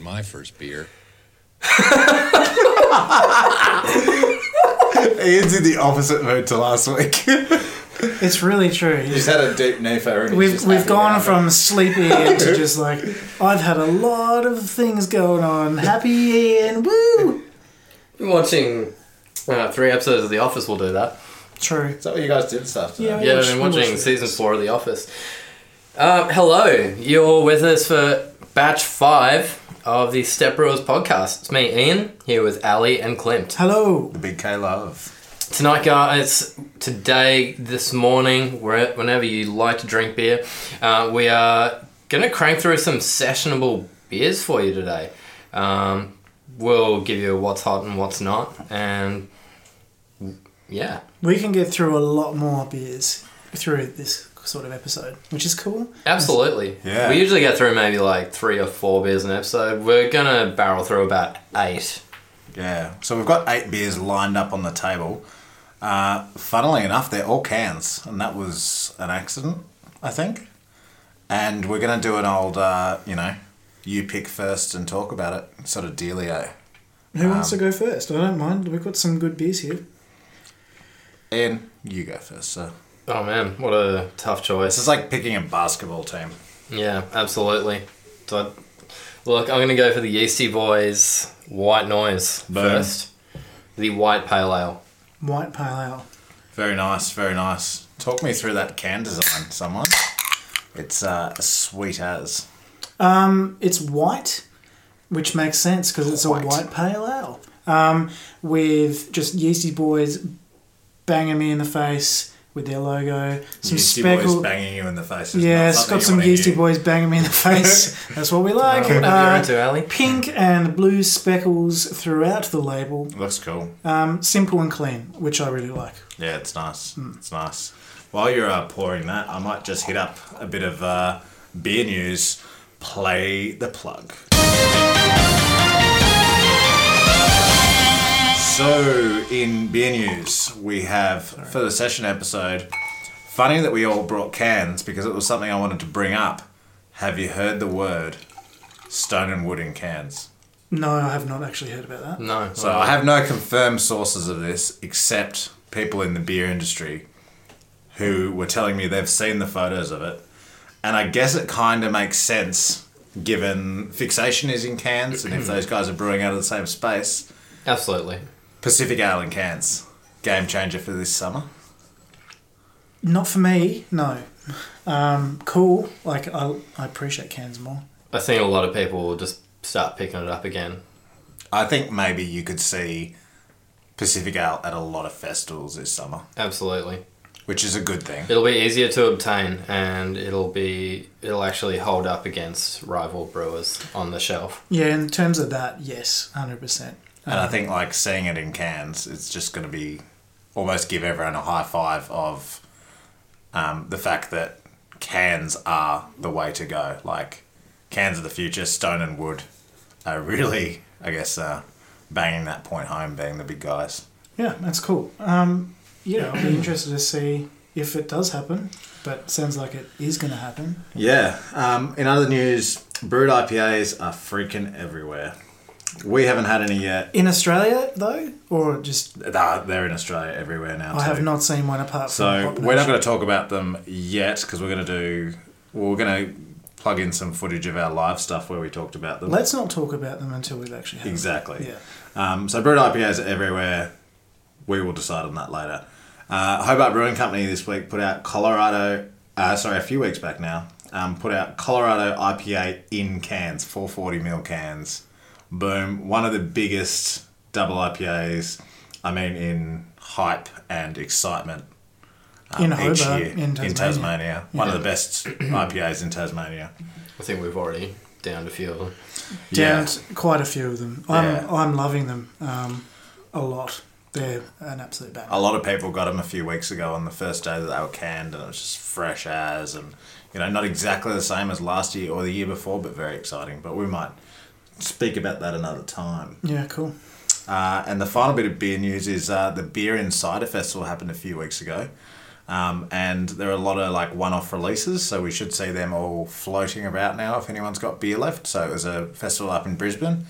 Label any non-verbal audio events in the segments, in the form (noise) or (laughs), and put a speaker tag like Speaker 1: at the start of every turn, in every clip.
Speaker 1: my first beer.
Speaker 2: Ian did the opposite mode to last week.
Speaker 3: It's really true.
Speaker 4: (laughs) He's had a deep nafer and he's
Speaker 3: We've,
Speaker 4: just
Speaker 3: we've
Speaker 4: happy
Speaker 3: gone
Speaker 4: about it.
Speaker 3: from sleepy Ian to just like, I've had a lot of things going on. Happy Ian, woo!
Speaker 5: Been watching uh, three episodes of The Office will do that.
Speaker 3: True.
Speaker 4: Is that what you guys did this afternoon?
Speaker 3: Yeah.
Speaker 5: Yeah, I've
Speaker 3: watched-
Speaker 5: been
Speaker 3: we
Speaker 5: watching
Speaker 3: watched
Speaker 5: season four of The Office. Um, hello, you're with us for batch five of the Step Brewers podcast. It's me, Ian, here with Ali and Klimt.
Speaker 3: Hello.
Speaker 2: The big K love.
Speaker 5: Tonight, guys, today, this morning, where- whenever you like to drink beer, uh, we are going to crank through some sessionable beers for you today. Um, we'll give you what's hot and what's not, and yeah.
Speaker 3: We can get through a lot more beers through this sort of episode, which is cool.
Speaker 5: Absolutely.
Speaker 2: Yeah.
Speaker 5: We usually get through maybe like three or four beers an episode. We're gonna barrel through about eight.
Speaker 2: Yeah. So we've got eight beers lined up on the table. Uh, funnily enough, they're all cans, and that was an accident, I think. And we're gonna do an old, uh, you know, you pick first and talk about it, sort of dealio.
Speaker 3: Who wants to go first? I don't mind. We've got some good beers here.
Speaker 2: Ian, you go first. So
Speaker 5: Oh man, what a tough
Speaker 2: this
Speaker 5: choice.
Speaker 2: is like picking a basketball team.
Speaker 5: Yeah, absolutely. So, look, I'm gonna go for the Yeasty Boys White Noise
Speaker 2: Boom.
Speaker 5: first. The White Pale Ale.
Speaker 3: White Pale Ale.
Speaker 2: Very nice, very nice. Talk me through that can design, someone. It's uh, sweet as.
Speaker 3: Um, it's white, which makes sense because it's
Speaker 2: White.
Speaker 3: a white pale ale. Um, with just Yeasty Boys banging me in the face with their logo, some
Speaker 2: yeasty boys
Speaker 3: speckled.
Speaker 2: banging you in the face. is
Speaker 3: yeah,
Speaker 2: not
Speaker 3: it's
Speaker 2: something
Speaker 3: got
Speaker 2: you
Speaker 3: some
Speaker 2: wanna
Speaker 3: Yeasty
Speaker 2: hear.
Speaker 3: Boys banging
Speaker 2: (laughs)
Speaker 3: me in the face. That's what we
Speaker 5: Uh,
Speaker 3: like.
Speaker 5: whatever you're
Speaker 3: Uh,
Speaker 5: into, Ali.
Speaker 3: pink and blue speckles throughout the label.
Speaker 2: Looks cool.
Speaker 3: Um, simple and clean, which I really like.
Speaker 2: Yeah, it's nice.
Speaker 3: Hmm.
Speaker 2: It's nice. While you're uh, pouring that, I might just hit up a bit of uh, beer news. Play the plug. So, in beer news, we have for the session episode. Funny that we all brought cans because it was something I wanted to bring up. Have you heard the word stone and wood in cans?
Speaker 3: No, I have not actually heard about that.
Speaker 5: No.
Speaker 2: So I have no confirmed sources of this except people in the beer industry who were telling me they've seen the photos of it. And I guess it kind of makes sense given fixation is in cans and if those guys are brewing out of the same space,
Speaker 5: absolutely.
Speaker 2: Pacific Ale in cans. Game changer for this summer.
Speaker 3: Not for me, no. Um, cool. Like, I, I appreciate cans more.
Speaker 5: I think a lot of people will just start picking it up again.
Speaker 2: I think maybe you could see Pacific Ale at a lot of festivals this summer,
Speaker 5: Absolutely.
Speaker 2: which is a good thing.
Speaker 5: It'll be easier to obtain and it'll be it'll actually hold up against rival brewers on the shelf.
Speaker 3: Yeah, in terms of that, yes, hundred percent.
Speaker 2: And I think like seeing it in cans, it's just going to be almost give everyone a high five of um, the fact that cans are the way to go. Like cans of the future, stone and wood are really, I guess, uh, banging that point home, being the big guys.
Speaker 3: Yeah, that's cool. Um, you know, I'll be interested to see if it does happen, but it sounds like it is going to happen.
Speaker 2: Yeah. Um, in other news, brewed IPAs are freaking everywhere. We haven't had any yet.
Speaker 3: In Australia, though, or just
Speaker 2: Nah, They're in Australia everywhere now.
Speaker 3: I have
Speaker 2: too.
Speaker 3: not seen one apart from.
Speaker 2: So
Speaker 3: Hop
Speaker 2: we're not
Speaker 3: Nation.
Speaker 2: going to talk about them yet because we're going to do. Well, we're going to plug in some footage of our live stuff where we talked about them.
Speaker 3: Let's not talk about them until we've actually had them.
Speaker 2: (laughs) exactly.
Speaker 3: Yeah.
Speaker 2: Um, so brewed IPAs are everywhere. We will decide on that later. Uh, Hobart Brewing Company this week put out Colorado. Uh, sorry, a few weeks back now. Um, put out Colorado IPA in cans, 440 mil cans. Boom! One of the biggest double IPAs. I mean, in hype and excitement
Speaker 3: in
Speaker 2: Um, each
Speaker 3: Hobart,
Speaker 2: year
Speaker 3: in Tasmania.
Speaker 2: One of the best IPAs in Tasmania.
Speaker 5: I think we've already downed a few of them.
Speaker 3: Downed quite a few of them. I'm
Speaker 2: Yeah.
Speaker 3: I'm loving them um, a lot. They're an absolute bang.
Speaker 2: A lot of people got them a few weeks ago on the first day that they were canned, and it was just fresh as, and you know, not exactly the same as last year or the year before, but very exciting. But we might speak about that another time.
Speaker 3: Yeah, cool.
Speaker 2: Uh, and the final bit of beer news is uh, the Beer Insider Festival happened a few weeks ago. Um, and there are a lot of like one-off releases, so we should see them all floating about now if anyone's got beer left. So it was a festival up in Brisbane.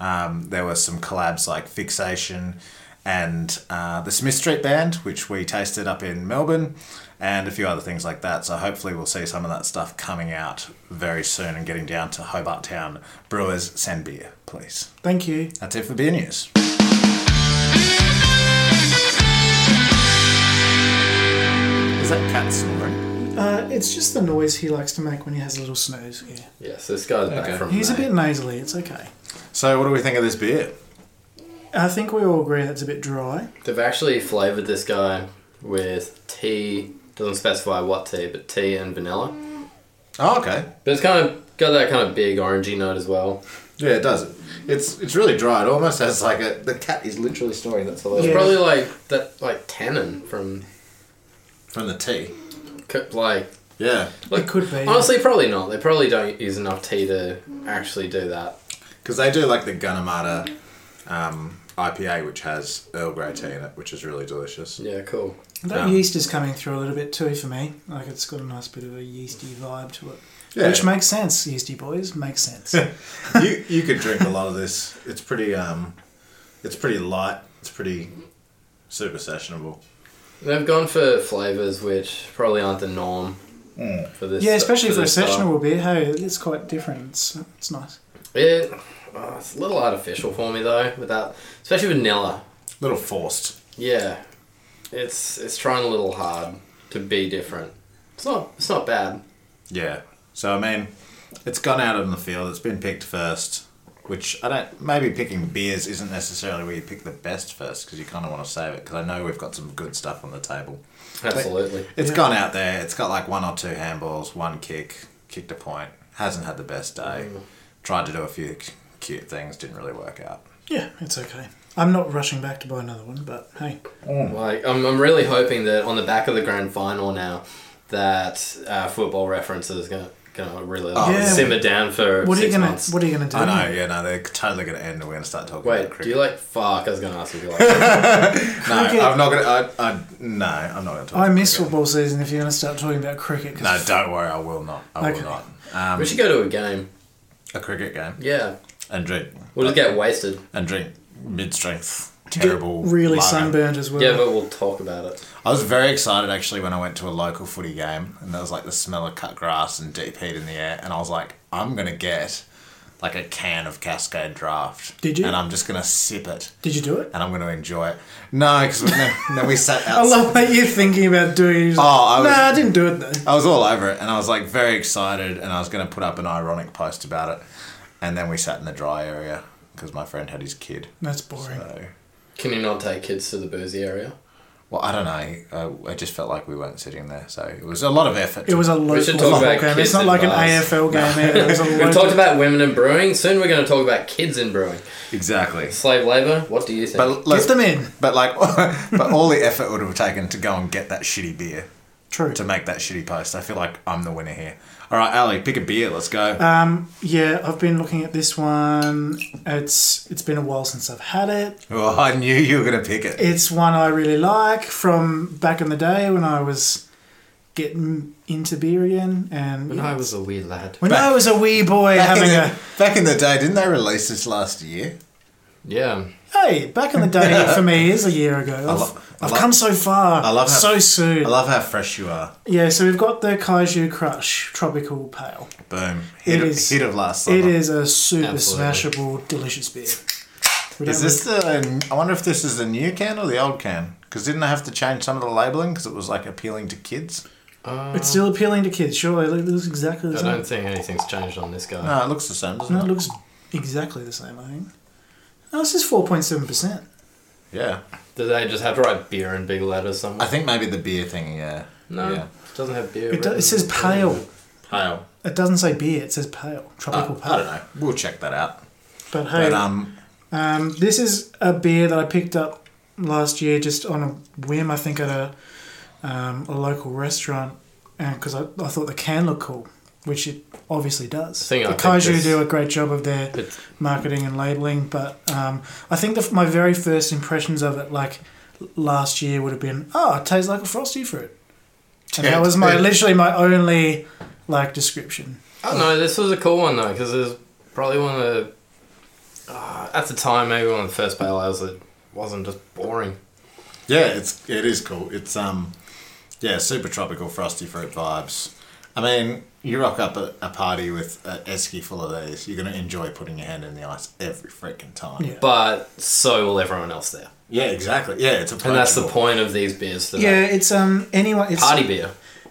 Speaker 2: Um, there were some collabs like Fixation and uh, the Smith Street Band, which we tasted up in Melbourne, and a few other things like that. So hopefully we'll see some of that stuff coming out very soon and getting down to Hobart Town. Brewers, send beer, please.
Speaker 3: Thank you.
Speaker 2: That's it for beer news. Is that cat snoring?
Speaker 3: Uh, it's just the noise he likes to make when he has a little snooze. Yeah.
Speaker 5: Yes, this guy's back
Speaker 4: Okay.
Speaker 5: from.
Speaker 3: He's a
Speaker 5: May.
Speaker 3: bit nasally. It's okay.
Speaker 2: So what do we think of this beer?
Speaker 3: I think we all agree that's a bit dry.
Speaker 5: They've actually flavored this guy with tea. Doesn't specify what tea, but tea and vanilla.
Speaker 2: Oh, okay.
Speaker 5: But it's kind of got that kind of big orangey note as well.
Speaker 2: Yeah, it does. It's it's really dry. It almost has like a the cat is literally snoring. That's
Speaker 5: It's
Speaker 2: hilarious.
Speaker 3: Yeah.
Speaker 5: probably like that, like tannin from
Speaker 2: From the tea.
Speaker 5: co- like.
Speaker 2: Yeah,
Speaker 5: Like,
Speaker 3: it could be.
Speaker 5: Honestly, probably not. They probably don't use enough tea to actually do that.
Speaker 2: because they do like the Gunnamata um, IPA, which has Earl Grey tea in it, which is really delicious.
Speaker 5: Yeah, cool.
Speaker 3: that
Speaker 2: um,
Speaker 3: yeast is coming through a little bit too for me. Like it's got a nice bit of a yeasty vibe to it,
Speaker 2: Yeah,
Speaker 3: which makes sense. Yeasty boys makes
Speaker 2: (laughs)
Speaker 3: sense.
Speaker 2: you you could drink a lot of this. It's pretty um, it's pretty light. It's pretty super sessionable.
Speaker 5: They've gone for flavors which probably aren't the norm for this.
Speaker 3: Hmm. yeah, especially for a
Speaker 5: this style.
Speaker 3: sessionable beer. Hey, it's quite different. It's, it's nice.
Speaker 5: It, oh, it's a little artificial for me though, with that, especially vanilla.
Speaker 2: Little forced.
Speaker 5: Yeah, it's it's trying a little hard to be different. It's not it's not bad.
Speaker 2: Yeah. So I mean, it's gone out on the field. It's been picked first, which I don't. Maybe picking beers isn't necessarily where you pick the best first because you kind of want to save it. Because I know we've got some good stuff on the table.
Speaker 5: Absolutely.
Speaker 2: It's
Speaker 3: Yeah.
Speaker 2: gone out there. It's got like one or two handballs, one kick, kicked a point. Hasn't had the best day.
Speaker 3: Mm.
Speaker 2: Tried to do a few c- cute things. Didn't really work out.
Speaker 3: Yeah, it's okay. I'm not rushing back to buy another one, but hey, Oh,
Speaker 5: Like I'm, I'm really hoping that on the back of the grand final now, that uh, football reference is gonna gonna really like,
Speaker 3: Yeah.
Speaker 5: simmer down for
Speaker 3: what are you
Speaker 5: six
Speaker 3: gonna
Speaker 5: months.
Speaker 3: what are you gonna do?
Speaker 2: I know. Yeah. No. They're totally going to end. and We're going to start talking about
Speaker 5: Wait,
Speaker 2: cricket.
Speaker 5: do you like fuck? I was gonna ask if you like.
Speaker 2: no,
Speaker 3: cricket?
Speaker 2: I'm not going to. I, I, no, I'm not going to talk.
Speaker 3: I
Speaker 2: about
Speaker 3: miss
Speaker 2: cricket.
Speaker 3: football season. If you're gonna start talking about cricket, 'cause
Speaker 2: (laughs) No, don't worry. I will not. I
Speaker 3: Okay.
Speaker 2: will not. Um,
Speaker 5: we should go to a game.
Speaker 2: A cricket game.
Speaker 5: Yeah,
Speaker 2: and drink
Speaker 5: we'll just get wasted.
Speaker 2: and drink mid-strength
Speaker 3: you get
Speaker 2: terrible
Speaker 3: really
Speaker 2: lager.
Speaker 3: sunburned as well.
Speaker 5: Yeah, but we'll talk about it.
Speaker 2: I was very excited actually when I went to a local footy game and there was like the smell of cut grass and deep heat in the air and I was like I'm gonna get like a can of Cascade Draft.
Speaker 3: Did you?
Speaker 2: And I'm just gonna sip it
Speaker 3: Did you do it?
Speaker 2: and I'm gonna enjoy it. No, because then, then we
Speaker 3: (laughs)
Speaker 2: sat
Speaker 3: I
Speaker 2: outside.
Speaker 3: love that you're thinking about doing. it. You're just
Speaker 2: Oh, I
Speaker 3: like,
Speaker 2: was-
Speaker 3: nah, I didn't do it though.
Speaker 2: I was all over it and I was like very excited and I was going to put up an ironic post about it. And then we sat in the dry area because my friend had his kid.
Speaker 3: That's boring.
Speaker 2: So,
Speaker 5: Can you not take kids to the boozy area?
Speaker 2: Well, I don't know. I, I just felt like we weren't sitting there, so it was a lot of effort.
Speaker 3: it was a local
Speaker 5: should
Speaker 3: football
Speaker 5: talk about
Speaker 3: game. It's
Speaker 5: kids
Speaker 3: not
Speaker 5: in
Speaker 3: like an
Speaker 5: bars.
Speaker 3: AFL game. either. It was a
Speaker 5: (laughs) We've
Speaker 3: local.
Speaker 5: talked about women in brewing. Soon we're going to talk about kids in brewing.
Speaker 2: exactly.
Speaker 5: Slave labor. What do you think?
Speaker 2: But
Speaker 3: Get
Speaker 2: let's,
Speaker 3: them in.
Speaker 2: but like, (laughs) but all the effort would have taken to go and get that shitty beer
Speaker 3: True.
Speaker 2: to make that shitty post. I feel like I'm the winner here. All right, Ali, pick a beer. Let's go.
Speaker 3: Um, yeah, I've been looking at this one. It's it's been a while since I've had it.
Speaker 2: oh, I knew you were gonna
Speaker 3: (laughs)
Speaker 2: pick it.
Speaker 3: It's one I really like from back in the day when I was getting into beer again, and
Speaker 5: when I was a wee lad.
Speaker 3: when I was a wee boy
Speaker 2: Back in,
Speaker 3: having
Speaker 2: the,
Speaker 3: a
Speaker 2: back in the day, didn't they release this last year?
Speaker 5: Yeah.
Speaker 3: hey, back in the
Speaker 5: (laughs)
Speaker 3: day for me is a year ago. I've,
Speaker 2: lo- I
Speaker 3: I've
Speaker 2: lo-
Speaker 3: come so far.
Speaker 2: I love how-
Speaker 3: so soon.
Speaker 2: I love how fresh you are.
Speaker 3: yeah, so we've got the Kaiju Crush Tropical Pale.
Speaker 2: Boom. Hit
Speaker 3: It
Speaker 2: of,
Speaker 3: is-
Speaker 2: hit of last summer.
Speaker 3: It is a super
Speaker 5: Absolutely.
Speaker 3: smashable, delicious beer. We
Speaker 2: Is
Speaker 3: don't
Speaker 2: this the? I wonder if this is the new can or the old can. Because didn't they have to change some of the labeling because it was like appealing to kids?
Speaker 5: Uh,
Speaker 3: It's still appealing to kids, surely. Look, it looks exactly the
Speaker 5: I
Speaker 3: same.
Speaker 5: don't think anything's changed on this guy.
Speaker 2: No, it looks the same, doesn't
Speaker 3: No, it
Speaker 2: it?
Speaker 3: looks exactly the same, I think. No, this is 4.7%.
Speaker 2: Yeah.
Speaker 5: Do they just have to write beer in big letters
Speaker 2: I
Speaker 5: somewhere?
Speaker 2: think maybe the beer thing, yeah.
Speaker 5: No.
Speaker 2: Yeah.
Speaker 5: It doesn't have beer.
Speaker 3: It, do,
Speaker 5: written
Speaker 3: it says
Speaker 5: in big
Speaker 3: pale.
Speaker 5: letters.
Speaker 2: Pale.
Speaker 3: It doesn't say beer, it says pale. Tropical
Speaker 2: Uh, Ah, I don't
Speaker 3: pale.
Speaker 2: know. We'll check that out.
Speaker 3: But hey,
Speaker 2: But um,
Speaker 3: um, this is a beer that I picked up last year just on a whim, I think, at a, um, a local restaurant because I, I thought the can looked cool, which it obviously does.
Speaker 5: thing I
Speaker 3: the
Speaker 5: think
Speaker 3: Kaiju
Speaker 5: this-
Speaker 3: do a great job of their
Speaker 5: It's-
Speaker 3: marketing and labeling, but um, I think the, my very first impressions of it, like last year, would have been, oh, it tastes like a frosty fruit. And that was my literally my only like description.
Speaker 5: Oh no, this was a cool one though because it was probably one of the uh, at the time maybe one of the first pale ales that wasn't just boring.
Speaker 2: Yeah, it's it is cool. It's um, yeah, super tropical frosty fruit vibes. I mean, you rock up at a party with an esky full of these, you're gonna enjoy putting your hand in the ice every freaking time.
Speaker 3: Yeah.
Speaker 5: But so will everyone else there,
Speaker 2: Yeah, exactly. Yeah, it's a
Speaker 5: and that's the point of these beers
Speaker 3: Yeah,
Speaker 5: today.
Speaker 3: it's um anyone it's
Speaker 5: Party beer.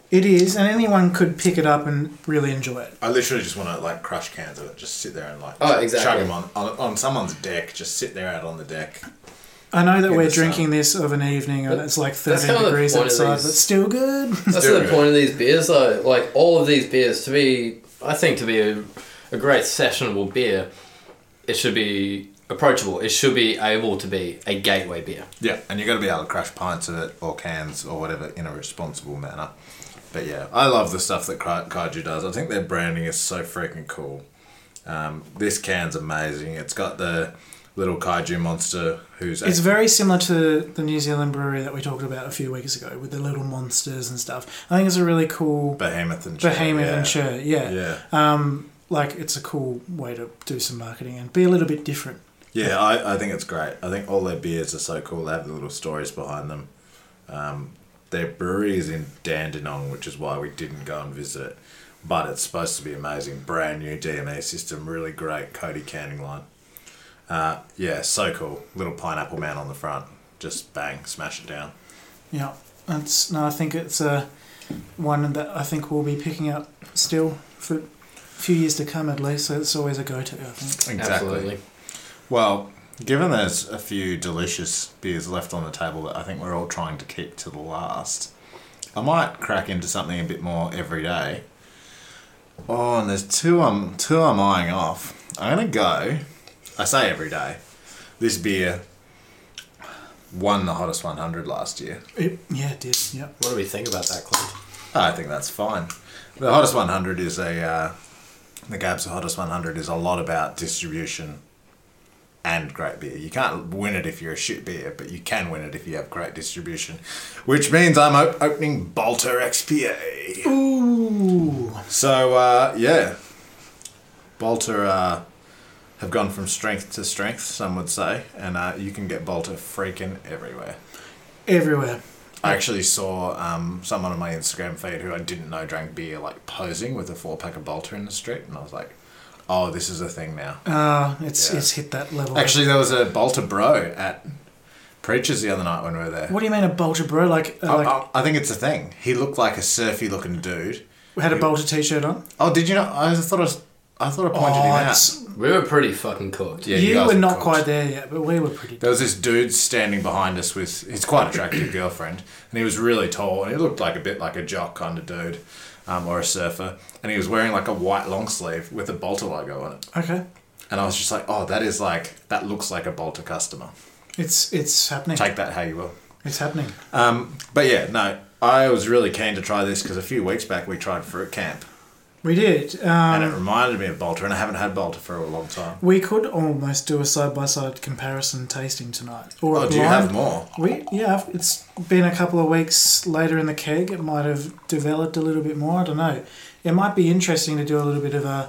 Speaker 3: it is and anyone could pick it up and really enjoy it.
Speaker 2: I literally just want to like crush cans of it, just sit there and like
Speaker 5: Oh, exactly.
Speaker 2: chug them on, on on someone's deck, just sit there out on the deck.
Speaker 3: I know that
Speaker 2: In
Speaker 3: we're
Speaker 2: the sun.
Speaker 3: drinking this of an evening and it's like
Speaker 5: uh, that's
Speaker 3: 13
Speaker 5: kind of the
Speaker 3: degrees
Speaker 5: point of
Speaker 3: outside, but
Speaker 5: these-
Speaker 3: still good.
Speaker 5: (laughs)
Speaker 3: (laughs)
Speaker 5: That's
Speaker 2: do
Speaker 5: the
Speaker 2: it.
Speaker 5: point of these beers, though. Like all of these beers, to be, I think, to be a, a great sessionable beer, it should be approachable. It should be able to be a gateway beer.
Speaker 2: Yeah, and you got to be able to crush pints of it or cans or whatever in a responsible manner. But yeah, I love the stuff that Kai- Kaiju does. I think their branding is so freaking cool. Um, this can's amazing. It's got the little Kaiju monster who's
Speaker 3: It's very similar to the New Zealand brewery that we talked about a few weeks ago with the little monsters and stuff. I think it's a really cool
Speaker 2: behemoth and shit,
Speaker 3: behemoth
Speaker 2: yeah.
Speaker 3: and shirt. Yeah.
Speaker 2: Yeah,
Speaker 3: Like it's a cool way to do some marketing and be a little bit different.
Speaker 2: yeah. I, I think it's great. I think all their beers are so cool. They have the little stories behind them. Um, their brewery is in Dandenong, which is why we didn't go and visit it. But it's supposed to be amazing. Brand new DMA system, really great Cody canning line. Uh, yeah, so cool. Little pineapple man on the front. Just bang, smash it down.
Speaker 3: Yeah. That's no, I think it's a one that I think we'll be picking up still for a few years to come at least. So it's always a go to, I think.
Speaker 5: Absolutely.
Speaker 2: Well, given there's a few delicious beers left on the table that I think we're all trying to keep to the last, I might crack into something a bit more every day. Oh, and there's two I'm two I'm eyeing off. I'm gonna go. I say every day. This beer won the hottest 100 last year.
Speaker 3: It, yeah, it did. Yeah.
Speaker 5: What do we think about that, Clint?
Speaker 2: I think that's fine. The hottest 100 is a uh, the Gabs hottest 100 is a lot about distribution and great beer. You can't win it if you're a shit beer, but you can win it if you have great distribution, which means I'm op- opening Bolter XPA.
Speaker 3: Ooh.
Speaker 2: So uh, yeah, Bolter uh, have gone from strength to strength. Some would say, and uh, you can get Bolter freaking everywhere.
Speaker 3: Everywhere.
Speaker 2: I actually saw um, someone on my Instagram feed who I didn't know drank beer, like posing with a four pack of Bolter in the street, and I was like, "Oh, this is a thing now."
Speaker 3: Uh, it's
Speaker 2: Yeah.
Speaker 3: it's hit that level.
Speaker 2: Actually, there was a Bolter bro at Preachers the other night when we were there.
Speaker 3: What do you mean a bolter bro? Like, uh,
Speaker 2: I-
Speaker 3: like
Speaker 2: I, I think it's a thing. He looked like a surfy looking dude.
Speaker 3: had a bolter t-shirt on?
Speaker 2: Oh, did you know? I thought I, was, I thought I pointed him
Speaker 3: Oh,
Speaker 2: out.
Speaker 3: it's-
Speaker 5: We were pretty fucking cooked.
Speaker 2: Yeah,
Speaker 3: you
Speaker 2: guys
Speaker 3: were
Speaker 2: are
Speaker 3: not
Speaker 2: cooked.
Speaker 3: quite there yet, but we were pretty.
Speaker 2: There was this dude standing behind us with his quite
Speaker 3: (clears throat)
Speaker 2: attractive girlfriend, and he was really tall, and he looked like a bit like a jock kind of dude, um, or a surfer, and he was wearing like a white long sleeve with a Bolter logo on it,
Speaker 3: Okay,
Speaker 2: and I was just like, oh, that is like that looks like a Bolter customer.
Speaker 3: it's it's happening.
Speaker 2: Take that how you will.
Speaker 3: It's happening.
Speaker 2: Um, but yeah, no, I was really keen to try this because a few weeks back we tried Fruit Camp,
Speaker 3: We did. Um,
Speaker 2: and it reminded me of Bolter, and I haven't had Bolter for a long time.
Speaker 3: we could almost do a side by side comparison tasting tonight. Or a
Speaker 2: Oh, do you have
Speaker 3: blind-
Speaker 2: more?
Speaker 3: We yeah, it's been a couple of weeks later in the keg. It might have developed a little bit more. I don't know. It might be interesting to do a little bit of a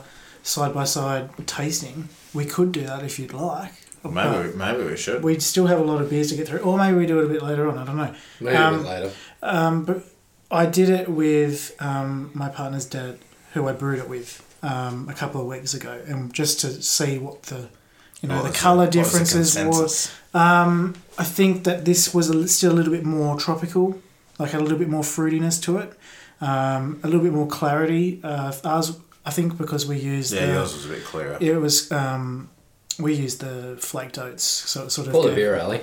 Speaker 3: side by side tasting. We could do that if you'd like. But-
Speaker 2: Maybe, we, maybe we should.
Speaker 3: we'd still have a lot of beers to get through, or maybe we do it a bit later on. I don't know.
Speaker 5: Maybe a
Speaker 3: Um,
Speaker 5: bit later.
Speaker 3: Um, but I did it with um, my partner's dad, who I brewed it with um, a couple of weeks ago, and just to see what the you know
Speaker 2: What
Speaker 3: the
Speaker 2: was the-
Speaker 3: color
Speaker 2: what was the
Speaker 3: differences were.
Speaker 2: consensus?
Speaker 3: Um, I think that this was a, li- still a little bit more tropical, like a little bit more fruitiness to it, um, a little bit more clarity. Uh, ours, I think, because we used
Speaker 2: Yeah,
Speaker 3: the,
Speaker 2: yours was a bit clearer.
Speaker 3: it was um, we used the flaked oats, so it sort of
Speaker 5: Call the
Speaker 3: gave-
Speaker 5: beer alley.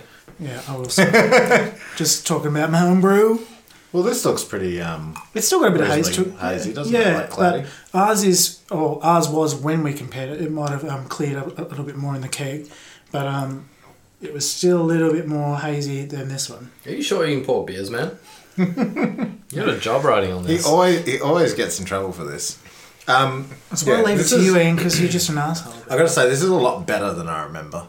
Speaker 3: yeah, I will say. (laughs) Just talking about my own brew.
Speaker 2: Well, this looks pretty. Um,
Speaker 3: It's still got a bit of haze to
Speaker 2: Reasonably
Speaker 3: it.
Speaker 2: hazy, doesn't it?
Speaker 3: yeah,
Speaker 2: Like cloudy.
Speaker 3: but ours is, or ours was when we compared it. It might have um, cleared up a little bit more in the keg, but um, it was still a little bit more hazy than this one.
Speaker 5: Are you sure you can pour beers,
Speaker 2: (laughs)
Speaker 5: man? you got a job writing on
Speaker 2: He
Speaker 5: this.
Speaker 2: always he always gets in trouble for this. Um,
Speaker 3: That's why I leave it
Speaker 2: this
Speaker 3: to
Speaker 2: is-
Speaker 3: you, Ian, because you're just an asshole.
Speaker 2: I gotta say, this is a lot better than I remember.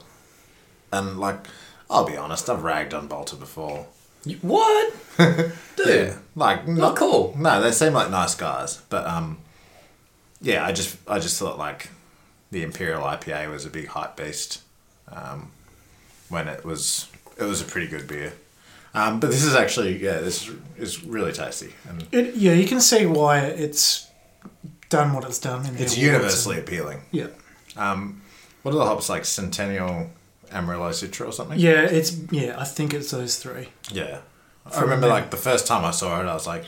Speaker 2: And like, I'll be honest, I've ragged on Bolter before.
Speaker 5: You- What? Dude,
Speaker 2: Yeah, like
Speaker 5: not cool.
Speaker 2: No, they seem like nice guys, but um, yeah, I just I just thought like the Imperial IPA was a big hype beast, um, when it was it was a pretty good beer, um, but this is actually yeah this is really tasty and
Speaker 3: It, yeah, you can see why it's done what it's done. In the
Speaker 2: it's
Speaker 3: awards.
Speaker 2: universally appealing.
Speaker 3: Yeah.
Speaker 2: What are the hops like? Centennial, Amarillo, Citra, or something?
Speaker 3: Yeah, it's yeah. I think it's those three.
Speaker 2: Yeah. I remember like the first time I saw it, I was like,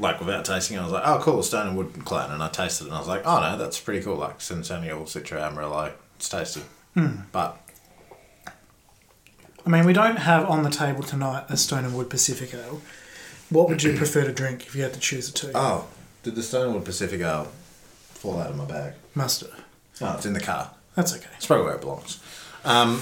Speaker 2: like without tasting it, I was like, oh cool, stone and wood clan, and I tasted it, and I was like, oh no, that's pretty cool, like Centennial, Citra, Amarillo, it's tasty. But
Speaker 3: I mean, we don't have on the table tonight a Stone and Wood Pacific Ale. What would you prefer to drink if you had to choose a two?
Speaker 2: oh, did the stone and wood Pacific Ale fall out of my bag?
Speaker 3: Mustard.
Speaker 2: Oh, it's in the car.
Speaker 3: That's okay.
Speaker 2: It's probably where it belongs. Um,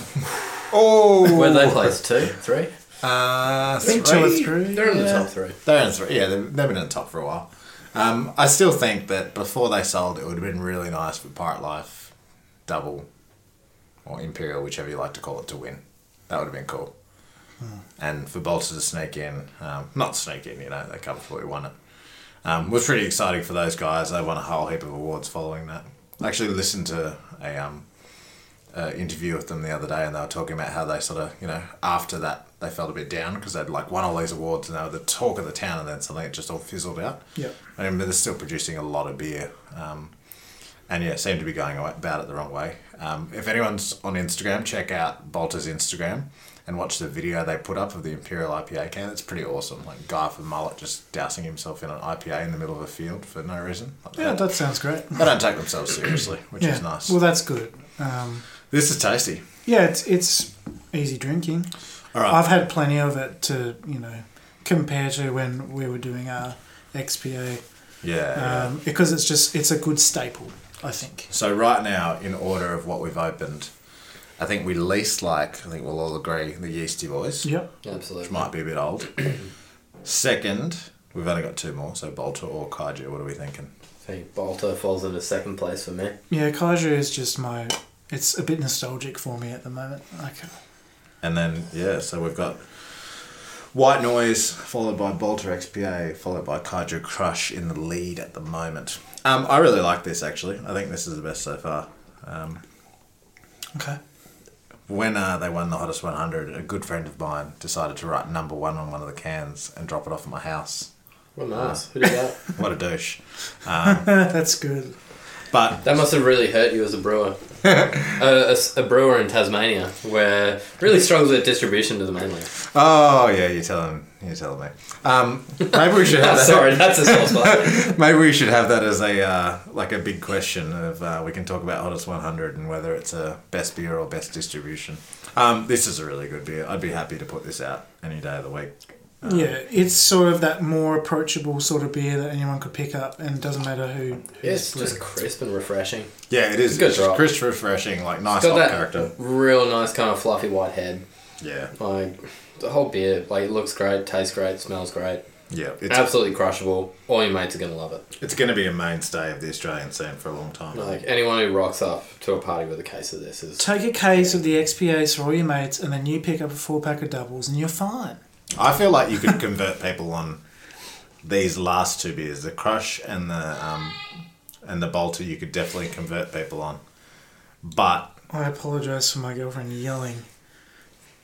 Speaker 2: oh,
Speaker 5: Where they place two, three?
Speaker 2: Uh,
Speaker 3: I think two or
Speaker 2: three?
Speaker 3: three.
Speaker 5: They're in the
Speaker 2: Yeah.
Speaker 5: top three.
Speaker 2: They're in three. Yeah, they've, they've been in the top for a while. Um, I still think that before they sold, it would have been really nice for Pirate Life, Double, or Imperial, whichever you like to call it, to win. That would have been cool. And for Bolter to sneak in, um, not sneak in, you know, they comfortably won it. Um, was pretty exciting for those guys. They won a whole heap of awards following that. I actually listened to a um, uh, interview with them the other day, and they were talking about how they sort of, you know, after that they felt a bit down because they'd like won all these awards and they were the talk of the town, and then suddenly it just all fizzled out.
Speaker 3: Yep.
Speaker 2: I mean, they're still producing a lot of beer, um, and yeah, seem to be going awa- about it the wrong way. Um, if anyone's on Instagram, check out Bolter's Instagram and watch the video they put up of the Imperial IPA can. It's pretty awesome. Like guy with a mullet just dousing himself in an IPA in the middle of a field for no reason. Like
Speaker 3: Yeah,
Speaker 2: that.
Speaker 3: that sounds great.
Speaker 2: They don't take themselves seriously, which
Speaker 3: yeah.
Speaker 2: is nice.
Speaker 3: Well, that's good. Um,
Speaker 2: this is tasty.
Speaker 3: yeah, it's it's easy drinking.
Speaker 2: All right.
Speaker 3: I've had plenty of it to you know compare to when we were doing our XPA
Speaker 2: yeah. yeah.
Speaker 3: um, because it's just it's a good staple. I think.
Speaker 2: So right now, in order of what we've opened, I think we least like. I think we'll all agree the Yeasty Boys,
Speaker 3: Yep.
Speaker 2: which
Speaker 5: Absolutely.
Speaker 2: might be a bit old. Second, we've only got two more, so Bolter or Kaiju. What are we thinking?
Speaker 5: I think Bolter falls into second place for me.
Speaker 3: Yeah, Kaiju is just my. It's a bit nostalgic for me at the moment. Okay.
Speaker 2: And then yeah, so we've got White Noise followed by Bolter XPA followed by Kaiju Crush in the lead at the moment. Um, I really like this actually. I think this is the best so far. Um,
Speaker 3: Okay.
Speaker 2: when uh, they won the hottest 100 a good friend of mine decided to write number one on one of the cans and drop it off at my house
Speaker 5: Well, nice. Who did that?
Speaker 2: what a douche
Speaker 3: eh, That's good.
Speaker 2: but
Speaker 5: That must have really hurt you as a brewer.
Speaker 2: (laughs)
Speaker 5: Uh, a, a- a brewer in Tasmania, where really struggles with distribution to the
Speaker 2: (laughs)
Speaker 5: mainland.
Speaker 2: oh yeah you're telling you're telling me um, maybe we should have
Speaker 5: (laughs)
Speaker 2: that
Speaker 5: Sorry, that's a soft
Speaker 2: (laughs)
Speaker 5: spot.
Speaker 2: maybe we should have that as a uh, like a big question of uh, we can talk about hottest 100 and whether it's a best beer or best distribution um, this is a really good beer i'd be happy to put this out any day of the week
Speaker 3: yeah, it's sort of that more approachable sort of beer that anyone could pick up, and it doesn't matter who.
Speaker 5: Yeah, it's just crisp and refreshing.
Speaker 2: yeah it is
Speaker 5: Good
Speaker 2: it's just
Speaker 5: drop.
Speaker 2: crisp refreshing like nice
Speaker 5: It's got that
Speaker 2: hop character
Speaker 5: real nice kind of fluffy white head.
Speaker 2: yeah
Speaker 5: Like the whole beer, like it looks great, tastes great, smells great.
Speaker 2: yeah it's
Speaker 5: Absolutely crushable. All your mates are gonna love it.
Speaker 2: It's going to be a mainstay of the Australian scene for a long time.
Speaker 5: Like anyone who rocks up to a party with a case of this is
Speaker 3: Take a case of the XPAs for all your mates, and then you pick up a four pack of doubles, and you're fine.
Speaker 2: I feel like you could convert people on these last two beers, the Crush and the um, and the Bolter. You could definitely convert people on, but
Speaker 3: I apologise for my girlfriend yelling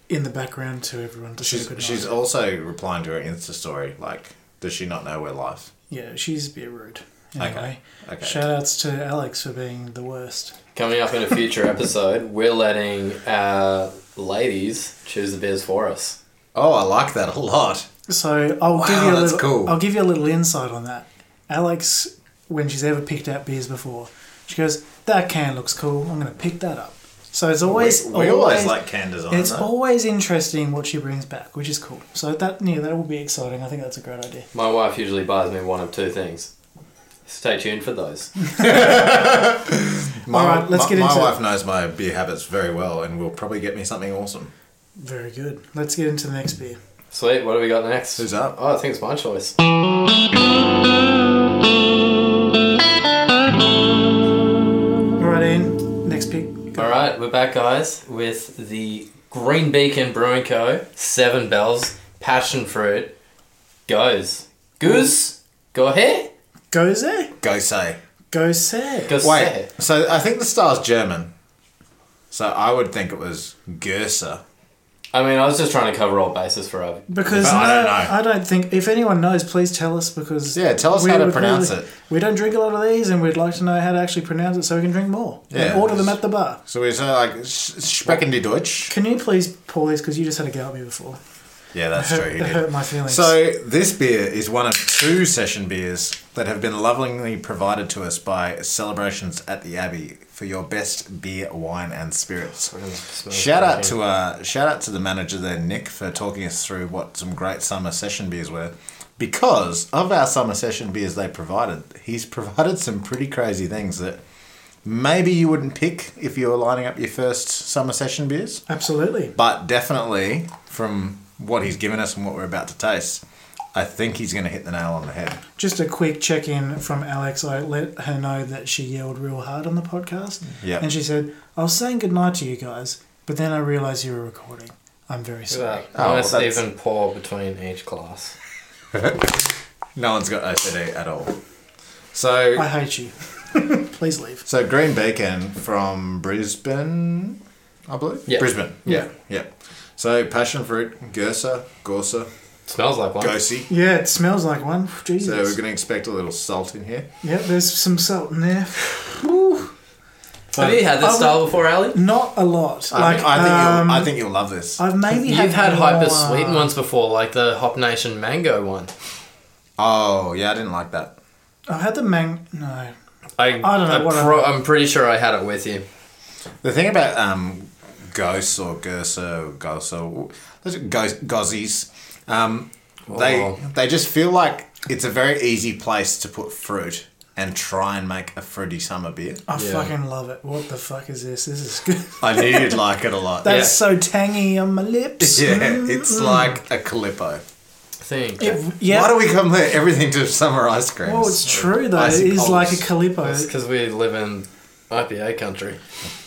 Speaker 3: in the background to everyone to say
Speaker 2: she's
Speaker 3: good night.
Speaker 2: she's also replying to her Insta story. Like, does she not know we're live?
Speaker 3: yeah, she's a bit rude.
Speaker 2: Okay,
Speaker 3: Anyway,
Speaker 2: okay.
Speaker 3: shout outs to Alex for being the worst.
Speaker 5: coming up in a
Speaker 2: (laughs)
Speaker 5: future episode, we're letting our ladies choose the beers for us.
Speaker 2: Oh, I like that a lot.
Speaker 3: So I'll
Speaker 2: Wow,
Speaker 3: give you a
Speaker 2: that's
Speaker 3: little,
Speaker 2: cool.
Speaker 3: I'll give you a little insight on that. Alex, when she's ever picked out beers before, she goes, "That can looks cool. I'm going to pick that up." So it's always
Speaker 2: We, we always like can design.
Speaker 3: It's
Speaker 2: though.
Speaker 3: always interesting what she brings back, which is cool. So that yeah, that will be exciting. I think that's a great idea.
Speaker 5: My wife usually buys me one of two things. Stay tuned for those.
Speaker 2: my,
Speaker 3: All right, let's
Speaker 2: my,
Speaker 3: get
Speaker 2: my
Speaker 3: into it.
Speaker 2: wife knows my beer habits very well, and will probably get me something awesome.
Speaker 3: Very good. Let's get into the next beer.
Speaker 5: Sweet, what do we got next?
Speaker 2: Who's up?
Speaker 5: Oh, I think it's my choice.
Speaker 3: All right, Ian. Next pick.
Speaker 5: All right, we're back, guys, with the Green Beacon Brewing Co. Seven Bells passion fruit goes. Goose, go ahead,
Speaker 3: Go there.
Speaker 2: Go say.
Speaker 3: Go say.
Speaker 5: go say.
Speaker 2: Wait, so I think the star's German. So I would think it was Gerser.
Speaker 5: I mean, I was just trying to cover all bases for Ovi.
Speaker 3: Because
Speaker 2: But
Speaker 3: no,
Speaker 2: I
Speaker 3: I,
Speaker 2: don't
Speaker 3: don't
Speaker 2: know.
Speaker 3: think. If anyone knows, please tell us because
Speaker 2: Yeah, tell us
Speaker 3: we
Speaker 2: how to
Speaker 3: would
Speaker 2: pronounce
Speaker 3: really-
Speaker 2: it.
Speaker 3: We don't drink a lot of these, and we'd like to know how to actually pronounce it so we can drink more.
Speaker 2: Yeah.
Speaker 3: and order them at the bar.
Speaker 2: So we're so like "Sch- Sprechen die Deutsch.
Speaker 3: Can you please pour these because you just had a go at me before.
Speaker 2: Yeah, that's true. He
Speaker 3: It
Speaker 2: did.
Speaker 3: hurt (laughs) my feelings.
Speaker 2: So this beer is one of two session beers that have been lovingly provided to us by Celebrations at the Abbey for your best beer, wine, and spirits. Shout out to uh, shout out to the manager there, Nick, for talking us through what some great summer session beers were. Because of our summer session beers they provided, he's (laughs) provided some pretty crazy things that maybe you wouldn't pick if you were lining up your first summer session beers
Speaker 3: absolutely,
Speaker 2: but definitely from what he's given us and what we're about to taste, I think he's going to hit the nail on the head.
Speaker 3: just a quick check in from Alex. I let her know that she yelled real hard on the podcast.
Speaker 2: Yeah.
Speaker 3: and she said, "I was saying goodnight to you guys, but then I realised you were recording. I'm very
Speaker 5: Look
Speaker 3: sorry."
Speaker 5: at that.
Speaker 2: Oh, well,
Speaker 5: Honest
Speaker 2: that's-
Speaker 5: even pour between each glass.
Speaker 2: No one's got OCD at all. So,
Speaker 3: I hate you. (laughs) please leave.
Speaker 2: so Green Beacon from Brisbane, I believe.
Speaker 5: Yeah.
Speaker 2: Brisbane. Yeah. yeah. So passion fruit, Gersa, Gorsa,
Speaker 5: Smells like one.
Speaker 2: Gosi.
Speaker 3: Yeah, it smells like one.
Speaker 2: So
Speaker 3: Jesus.
Speaker 2: we're going to expect a little salt in here.
Speaker 3: Yeah, there's some salt in there.
Speaker 5: Have you had this
Speaker 3: I
Speaker 5: style before, Ali?
Speaker 3: Not a lot.
Speaker 2: I,
Speaker 3: like
Speaker 2: think, I, think
Speaker 3: um,
Speaker 2: you'll, I think you'll love this.
Speaker 3: I've maybe
Speaker 5: You've
Speaker 3: had
Speaker 5: had
Speaker 3: more- uh,
Speaker 5: hyper sweetened ones before, like the Hop Nation mango one.
Speaker 2: Oh yeah, I didn't like that.
Speaker 3: I've had the mang. No,
Speaker 5: I,
Speaker 3: don't know what I-
Speaker 5: pro- I'm pretty sure I had it with you.
Speaker 2: The thing about um, ghosts or Gersa or ghosts or those are ghost, gozzies, um, they
Speaker 5: Oh.
Speaker 2: they just feel like it's a very easy place to put fruit and try and make a fruity summer beer.
Speaker 3: I
Speaker 5: Yeah.
Speaker 3: fucking love it. What the fuck is this? This is good. (laughs)
Speaker 2: I knew you'd like it a lot.
Speaker 3: That's
Speaker 2: yeah,
Speaker 5: Yeah.
Speaker 3: so tangy on my
Speaker 2: (laughs)
Speaker 3: lips.
Speaker 2: it's like a calippo.
Speaker 5: Thing.
Speaker 3: It- yeah.
Speaker 2: Why do we compare everything to summer ice creams?
Speaker 3: well, it's true though. It
Speaker 2: Icy
Speaker 3: is
Speaker 2: poles.
Speaker 3: like a calippo,
Speaker 5: That's because we live in IPA country,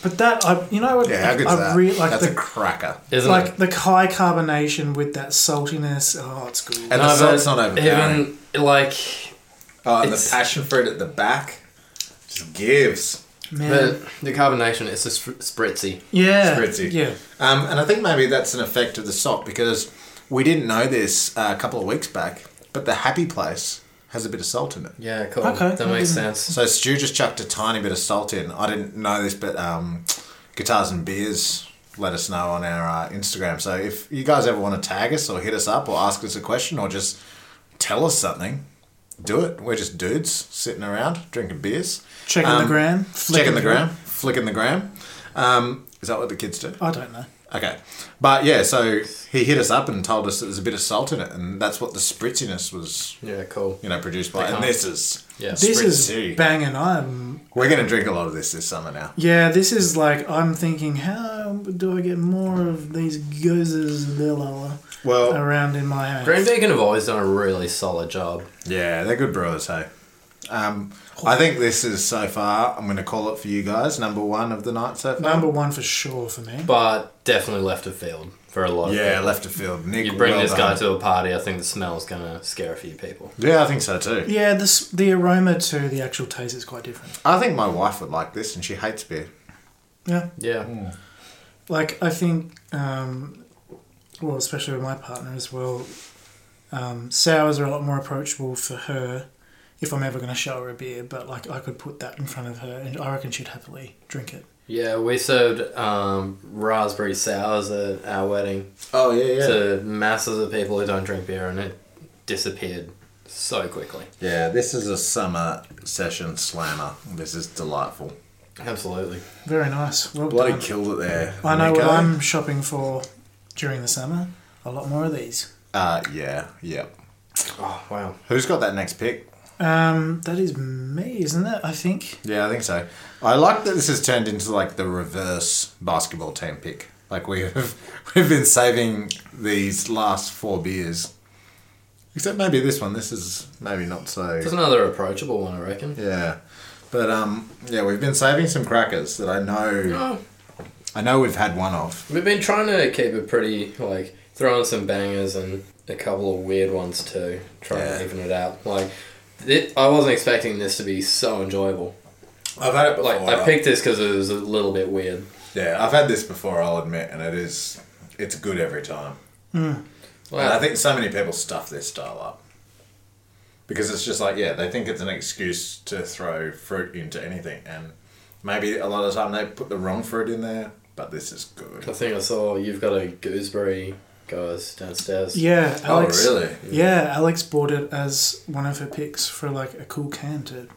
Speaker 3: but that I, you know what?
Speaker 2: yeah, how good's
Speaker 3: I
Speaker 2: that?
Speaker 3: really like
Speaker 2: That's
Speaker 3: the
Speaker 2: a cracker.
Speaker 5: isn't it?
Speaker 3: like the high carbonation with that saltiness. Oh, it's good.
Speaker 2: And
Speaker 5: No,
Speaker 2: the
Speaker 5: but
Speaker 2: salt's not overpowering.
Speaker 5: Even like,
Speaker 2: oh, and
Speaker 5: it's-
Speaker 2: the passion fruit at the back just gives.
Speaker 3: Man.
Speaker 5: the, the carbonation is just spritzy.
Speaker 3: yeah,
Speaker 2: Spritzy.
Speaker 3: yeah.
Speaker 2: Um, and I think maybe that's an effect of the salt because we didn't know this uh, a couple of weeks back, but the happy place has a bit of salt in it.
Speaker 5: Yeah, cool.
Speaker 3: Okay,
Speaker 5: that
Speaker 3: I
Speaker 5: makes
Speaker 3: didn't-
Speaker 5: sense.
Speaker 2: So Stu just chucked a tiny bit of salt in. I didn't know this, but um, Guitars and Beers let us know on our uh, Instagram. So if you guys ever want to tag us or hit us up or ask us a question or just tell us something, do it. We're just dudes sitting around drinking beers.
Speaker 3: Checking
Speaker 2: Um,
Speaker 3: the gram.
Speaker 2: checking
Speaker 3: flicking
Speaker 2: the
Speaker 3: through.
Speaker 2: gram, flicking the gram. Um, is that what the kids do?
Speaker 3: I don't know.
Speaker 2: Okay. But yeah, so he hit us up and told us there was a bit of salt in it, and that's what the spritziness was,
Speaker 5: Yeah, cool.
Speaker 2: you know, produced by. And
Speaker 5: can't-
Speaker 2: this is.
Speaker 5: Yeah,
Speaker 3: This
Speaker 2: Spritzy.
Speaker 3: is banging. I'm
Speaker 2: We're going to drink a lot of this this summer now.
Speaker 3: Yeah, this is like I'm thinking, how do I get more of these gozers la, la, la,
Speaker 2: Well,
Speaker 3: around in my house?
Speaker 5: Green Beacon have always done a really solid job.
Speaker 2: yeah, they're good brewers, hey. Um, I think this is so far, I'm going to call it for you guys, number one of the night so far.
Speaker 3: Number one for sure for me.
Speaker 5: but definitely left of field for a lot.
Speaker 2: Yeah,
Speaker 5: of
Speaker 2: left of field. Nick,
Speaker 5: people. You bring
Speaker 2: well
Speaker 5: this
Speaker 2: done.
Speaker 5: guy to a party, I think the smell's gonna scare a few people.
Speaker 2: Yeah, I think so too.
Speaker 3: Yeah, this the aroma to the actual taste is quite different.
Speaker 2: I think my wife would like this, and she hates beer.
Speaker 3: Yeah,
Speaker 5: Yeah,
Speaker 3: like I think, um, well, especially with my partner as well, um, sours are a lot more approachable for her. If I'm ever going to show her a beer, but like I could put that in front of her, and I reckon she'd happily drink it.
Speaker 5: yeah. We served um, raspberry sours at our wedding
Speaker 2: Oh, yeah, yeah.
Speaker 5: to masses of people who don't drink beer, and it disappeared so quickly.
Speaker 2: yeah, this is a summer session slammer. This is delightful.
Speaker 5: Absolutely.
Speaker 3: Very nice. Well
Speaker 2: Bloody
Speaker 3: done.
Speaker 2: killed it there.
Speaker 3: I know what
Speaker 2: Nico.
Speaker 3: I'm shopping for during the summer. A lot more of these.
Speaker 2: Uh, yeah, yep.
Speaker 5: Oh wow.
Speaker 2: Who's got that next pick?
Speaker 3: Um, that is me, isn't it? I think.
Speaker 2: Yeah, I think so. I like that this has turned into like the reverse basketball team pick. Like we've (laughs) we've been saving these last four beers, except maybe this one. This is maybe not so.
Speaker 5: There's another approachable one, I reckon.
Speaker 2: Yeah, but um, yeah, we've been saving some crackers that I know.
Speaker 5: Oh,
Speaker 2: I know we've had one of.
Speaker 5: we've been trying to keep it pretty like throw in some bangers and a couple of weird ones too. Try and
Speaker 2: Yeah.
Speaker 5: even it out. Like, it, I wasn't expecting this to be so enjoyable.
Speaker 2: I've had it
Speaker 5: Like, I picked this because it was a little bit weird.
Speaker 2: Yeah, I've had this before. I'll admit, and it is it's good every time. And I
Speaker 5: Well,
Speaker 2: think so many people stuff their style up because it's just like yeah, they think it's an excuse to throw fruit into anything, and maybe a lot of the time they put the wrong fruit in there. But this is
Speaker 5: I
Speaker 2: good.
Speaker 5: think I saw you've got a gooseberry, guys, downstairs.
Speaker 3: Yeah, Alex.
Speaker 2: Oh really?
Speaker 3: Yeah, Alex bought it as one of her picks for like a cool can to.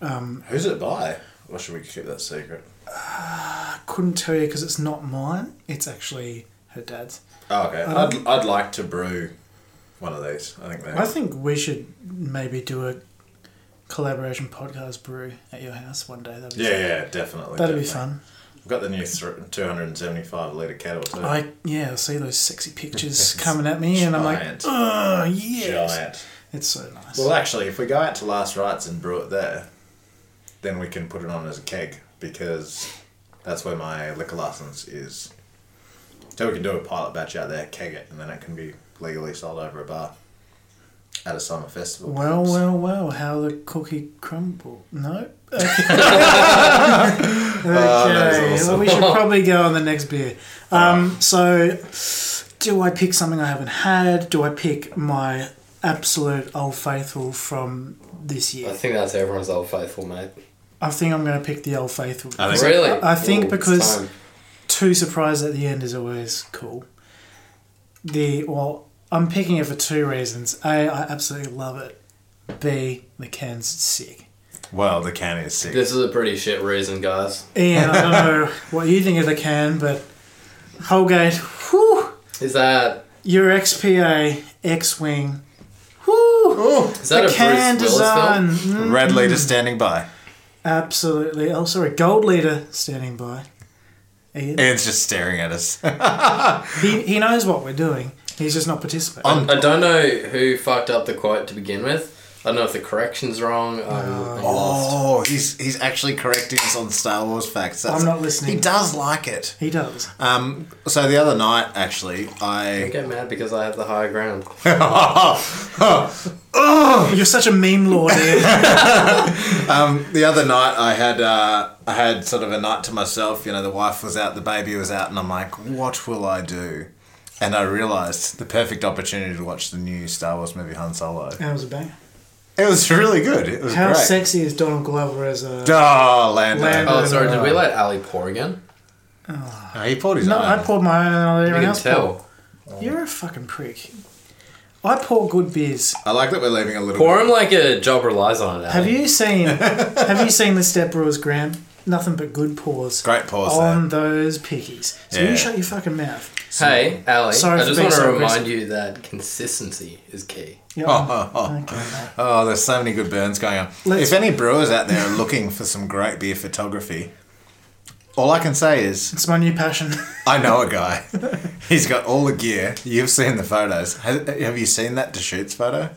Speaker 3: Um,
Speaker 2: Who's it by? Or should we keep that secret?
Speaker 3: I couldn't tell you because it's not mine. It's actually her dad's.
Speaker 2: Oh, okay.
Speaker 3: Um,
Speaker 2: I'd, I'd like to brew one of these. I think they.
Speaker 3: I think we should maybe do a collaboration podcast brew at your house one day. That'd be
Speaker 2: yeah, yeah, definitely.
Speaker 3: That'd be
Speaker 2: definitely.
Speaker 3: fun.
Speaker 2: I've got the new thr- 275 litre kettle too.
Speaker 3: I yeah, I see those sexy
Speaker 2: (laughs)
Speaker 3: pictures coming at me, and I'm like,
Speaker 2: Giant.
Speaker 3: oh yes,
Speaker 2: Giant.
Speaker 3: it's so nice.
Speaker 2: Well, actually, if we go out to Last Rites and brew it there, then we can put it on as a keg because that's where my liquor license is. So we can do a pilot batch out there, keg it, and then it can be legally sold over a bar at a summer festival.
Speaker 3: well,
Speaker 2: perhaps.
Speaker 3: well, well, how the cookie crumble? No. okay, (laughs)
Speaker 2: (laughs) Uh, that's
Speaker 3: well, we should probably go on the next beer. Um, so, do I pick something I haven't had? Do I pick my absolute old faithful from this
Speaker 5: I
Speaker 3: year?
Speaker 5: think that's everyone's old faithful, mate.
Speaker 3: I think I'm going to pick the old faithful.
Speaker 2: I think-
Speaker 5: Really?
Speaker 3: I- I think
Speaker 5: Ooh, it's
Speaker 3: because-
Speaker 5: time.
Speaker 3: two surprises at the end is always cool. The well, I'm picking it for two reasons. A, I absolutely love it. B, the can's sick.
Speaker 2: Well, the can is sick.
Speaker 5: This is a pretty shit reason, guys.
Speaker 3: Ian, I don't know what you think of the can, but Holgate, whew,
Speaker 5: Is that
Speaker 3: your XPA X-wing, whew,
Speaker 2: Oh.
Speaker 5: is that a
Speaker 3: can
Speaker 5: Bruce Willis
Speaker 3: design,
Speaker 5: film?
Speaker 3: mm,
Speaker 2: Red leader standing by.
Speaker 3: absolutely. Oh, sorry, Gold Leader standing by. Ian,
Speaker 2: Ian's just staring at us. (laughs)
Speaker 3: he he knows what we're doing. He's just not participating.
Speaker 2: I'm-
Speaker 5: I don't know who fucked up the quote to begin with. I don't know if the correction's wrong. I'm,
Speaker 3: Uh,
Speaker 5: I'm lost.
Speaker 2: Oh, he's he's actually correcting us on Star Wars facts. That's-
Speaker 3: I'm not listening.
Speaker 2: He does like it.
Speaker 3: He does.
Speaker 2: Um, so the other night, actually, (laughs)
Speaker 5: I
Speaker 2: I
Speaker 5: get mad because I have the higher ground. Oh.
Speaker 3: You're such a meme lord, Ian.
Speaker 5: (laughs)
Speaker 2: Um, the other night I had uh, I had sort of a night to myself. You know, the wife was out, the baby was out, and I'm like, what will I do? And I realized the perfect opportunity to watch the new Star Wars movie Han Solo.
Speaker 3: That was a bang.
Speaker 2: It was really good. It was
Speaker 3: How
Speaker 2: great.
Speaker 3: sexy is Donald Glover as a?
Speaker 2: Oh, Lando.
Speaker 3: Lando.
Speaker 5: Oh, sorry. Did we let Ali pour again?
Speaker 2: No, Uh, he poured his
Speaker 3: no,
Speaker 2: own.
Speaker 3: I poured my own and I'll let
Speaker 5: You
Speaker 3: everyone
Speaker 5: can
Speaker 3: else pour.
Speaker 5: tell.
Speaker 3: You're a fucking prick. I pour good beers.
Speaker 2: I like that we're leaving a little.
Speaker 5: Pour him like a job relies on it. Ali.
Speaker 3: Have you
Speaker 2: (laughs)
Speaker 3: seen? have you seen the Step Brewers, Graham? Nothing but good pours.
Speaker 2: Great pause
Speaker 3: on those pickies. So
Speaker 2: Yeah.
Speaker 3: you shut your fucking mouth.
Speaker 5: Hey, Ali.
Speaker 3: Sorry
Speaker 5: I
Speaker 3: for
Speaker 5: just
Speaker 3: being
Speaker 5: want to
Speaker 3: so
Speaker 5: remind
Speaker 3: aggressive.
Speaker 5: you that consistency is key.
Speaker 3: Yeah.
Speaker 2: Oh, oh, oh.
Speaker 3: Okay, mate.
Speaker 2: (laughs) Oh, there's so many good burns going on.
Speaker 3: Let's-
Speaker 2: if any brewers out there are looking for some great beer photography, all I can say is
Speaker 3: It's my new passion. (laughs)
Speaker 2: I know a guy. (laughs) He's got all the gear. You've seen the photos. Have, have you seen that Deschutes photo?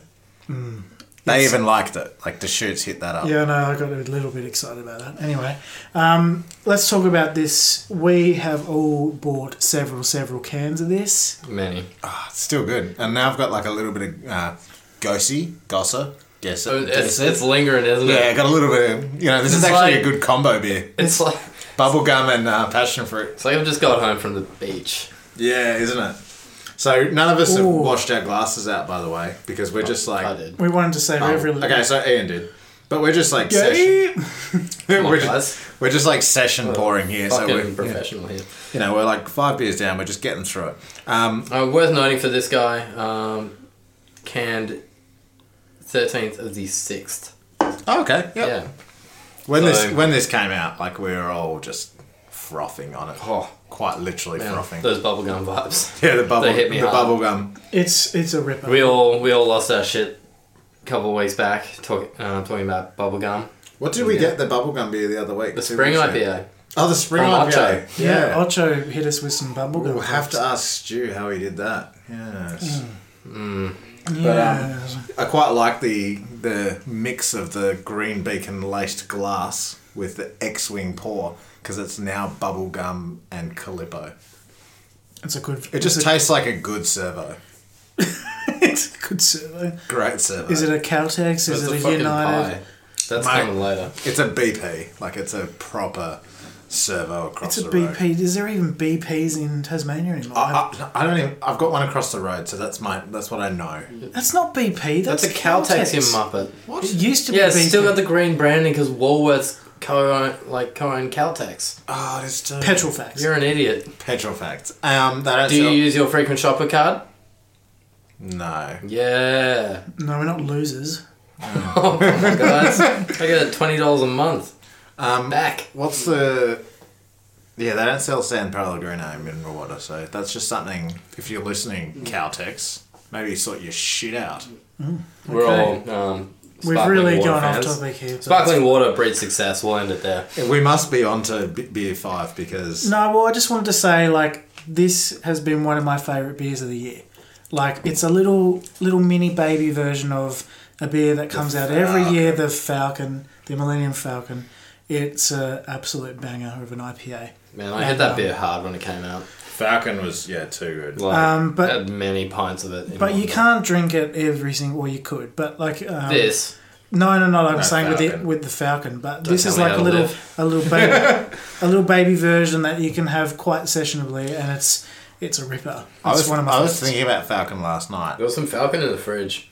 Speaker 2: They even liked it. Like Deschutes hit that up.
Speaker 3: Mm. yeah, no, I got a little bit excited about that. Anyway, um, let's talk about this. We have all bought several, several cans of this.
Speaker 5: Many.
Speaker 2: Ah, it's still good. And now I've got like a little bit of uh, gossy,
Speaker 5: So
Speaker 2: gosser, desert.
Speaker 5: Oh, It's, it's lingering, isn't
Speaker 2: yeah, I
Speaker 5: it?
Speaker 2: got a little bit of, you know, this is
Speaker 5: It's
Speaker 2: actually
Speaker 5: like-
Speaker 2: a good combo beer.
Speaker 5: It's like
Speaker 2: Bubblegum and uh, passion fruit.
Speaker 5: it's like I've just got home from the beach.
Speaker 2: Yeah, isn't it? So none of us have
Speaker 3: Ooh.
Speaker 2: washed our glasses out, by the way, because we're just like.
Speaker 5: Oh, I did.
Speaker 3: We wanted to save
Speaker 2: Oh,
Speaker 3: every little.
Speaker 2: okay, so Ian did, but we're just like session.
Speaker 3: Yeah.
Speaker 2: (laughs)
Speaker 5: on,
Speaker 2: we're,
Speaker 5: guys.
Speaker 2: just, we're just like session boring here, so
Speaker 5: Fucking
Speaker 2: we're yeah,
Speaker 5: professional here.
Speaker 2: you know we're like five beers down. We're just getting through it. Um,
Speaker 5: Uh, worth noting for this guy, um, canned 13th of the 6th.
Speaker 2: oh, okay, yep.
Speaker 5: Yeah.
Speaker 2: When this
Speaker 5: So-
Speaker 2: when this came out, like we were all just frothing on it,
Speaker 5: Oh.
Speaker 2: quite literally
Speaker 5: Man,
Speaker 2: frothing.
Speaker 5: those bubblegum vibes.
Speaker 2: (laughs) yeah, the bubble,
Speaker 5: they hit me
Speaker 2: the
Speaker 5: hard.
Speaker 2: bubble gum.
Speaker 3: It's it's a ripper.
Speaker 5: We all we all lost our shit a couple of weeks back talk, uh, talking about bubblegum.
Speaker 2: What did we
Speaker 5: Yeah.
Speaker 2: get the bubble gum beer the other week?
Speaker 5: The spring IPA.
Speaker 2: Oh, the spring
Speaker 5: From
Speaker 2: IPA.
Speaker 5: Ocho.
Speaker 2: Yeah,
Speaker 3: Yeah, Ocho hit us with some bubblegum.
Speaker 2: we'll have to ask Stu how he did that. Yes.
Speaker 3: Mm.
Speaker 2: Mm. um,
Speaker 3: Yeah.
Speaker 2: I quite like the the mix of the green beacon laced glass with the X wing pour because it's now bubblegum and calippo.
Speaker 3: It's a good.
Speaker 2: It just
Speaker 3: it's a,
Speaker 2: tastes like a good servo.
Speaker 3: (laughs) it's a good servo.
Speaker 2: Great servo.
Speaker 3: Is it a Caltex? Is
Speaker 5: That's
Speaker 3: it
Speaker 5: a
Speaker 3: a
Speaker 5: fucking
Speaker 3: United?
Speaker 5: pie. That's
Speaker 2: Mate.
Speaker 5: coming later.
Speaker 2: It's a BP. Like it's a proper servo across
Speaker 3: It's a
Speaker 2: the road.
Speaker 3: BP. Is there even BPs in Tasmania anymore?
Speaker 2: I, I, I don't even. I've got one across the road, so that's my. That's what I know.
Speaker 3: that's not BP. That's,
Speaker 5: That's a Caltex, you muppet.
Speaker 2: What?
Speaker 3: It used to
Speaker 5: Yeah,
Speaker 3: be.
Speaker 5: it's
Speaker 3: BP.
Speaker 5: still got the green branding because Woolworths co-own like co-own Caltex.
Speaker 2: Oh, it's too
Speaker 3: petrol facts.
Speaker 5: You're an idiot.
Speaker 2: Petrol facts. Um, they don't
Speaker 5: Do
Speaker 2: sell-
Speaker 5: you use your frequent shopper card?
Speaker 2: No.
Speaker 5: Yeah.
Speaker 3: No, we're not losers.
Speaker 5: Oh my god, I get twenty dollars a month
Speaker 2: Um,
Speaker 5: back.
Speaker 2: what's the? Yeah, they don't sell San Pellegrino in mineral water, so that's just something. If you're listening,
Speaker 3: Mm.
Speaker 2: Caltex, maybe sort your shit out.
Speaker 5: We're
Speaker 3: Okay.
Speaker 5: all um,
Speaker 3: We've
Speaker 5: sparkling
Speaker 3: really
Speaker 5: water
Speaker 3: gone off
Speaker 5: fans.
Speaker 3: topic here. but-
Speaker 5: Sparkling water breeds success. We'll end it there.
Speaker 2: We must be on to B- beer five because
Speaker 3: Mm. No, well, I just wanted to say like this has been one of my favorite beers of the year. Like it's a little little mini baby version of a beer that comes out every
Speaker 2: Falcon.
Speaker 3: year, the Falcon, the Millennium Falcon. It's an absolute banger of an IPA.
Speaker 5: Man, I hit
Speaker 3: Um,
Speaker 5: that beer hard when it came out.
Speaker 2: Falcon was yeah too good.
Speaker 5: Like,
Speaker 3: Um, but-
Speaker 5: had many pints of it. in
Speaker 3: But
Speaker 5: one
Speaker 3: you
Speaker 5: day.
Speaker 3: can't drink it every single. Well, you could, but like um,
Speaker 5: This.
Speaker 3: No, no, no. I'm
Speaker 2: No,
Speaker 3: saying with the
Speaker 2: Falcon.
Speaker 3: with the Falcon, but this
Speaker 5: tell
Speaker 3: is
Speaker 5: me
Speaker 3: like
Speaker 5: how
Speaker 3: a
Speaker 5: to
Speaker 3: little
Speaker 5: live.
Speaker 3: a little baby
Speaker 5: (laughs)
Speaker 3: a little baby version that you can have quite sessionably, and it's it's a ripper. It's
Speaker 2: I was
Speaker 3: one of my
Speaker 2: I was
Speaker 3: favorites.
Speaker 2: thinking about Falcon last night
Speaker 5: There was some Falcon in the fridge.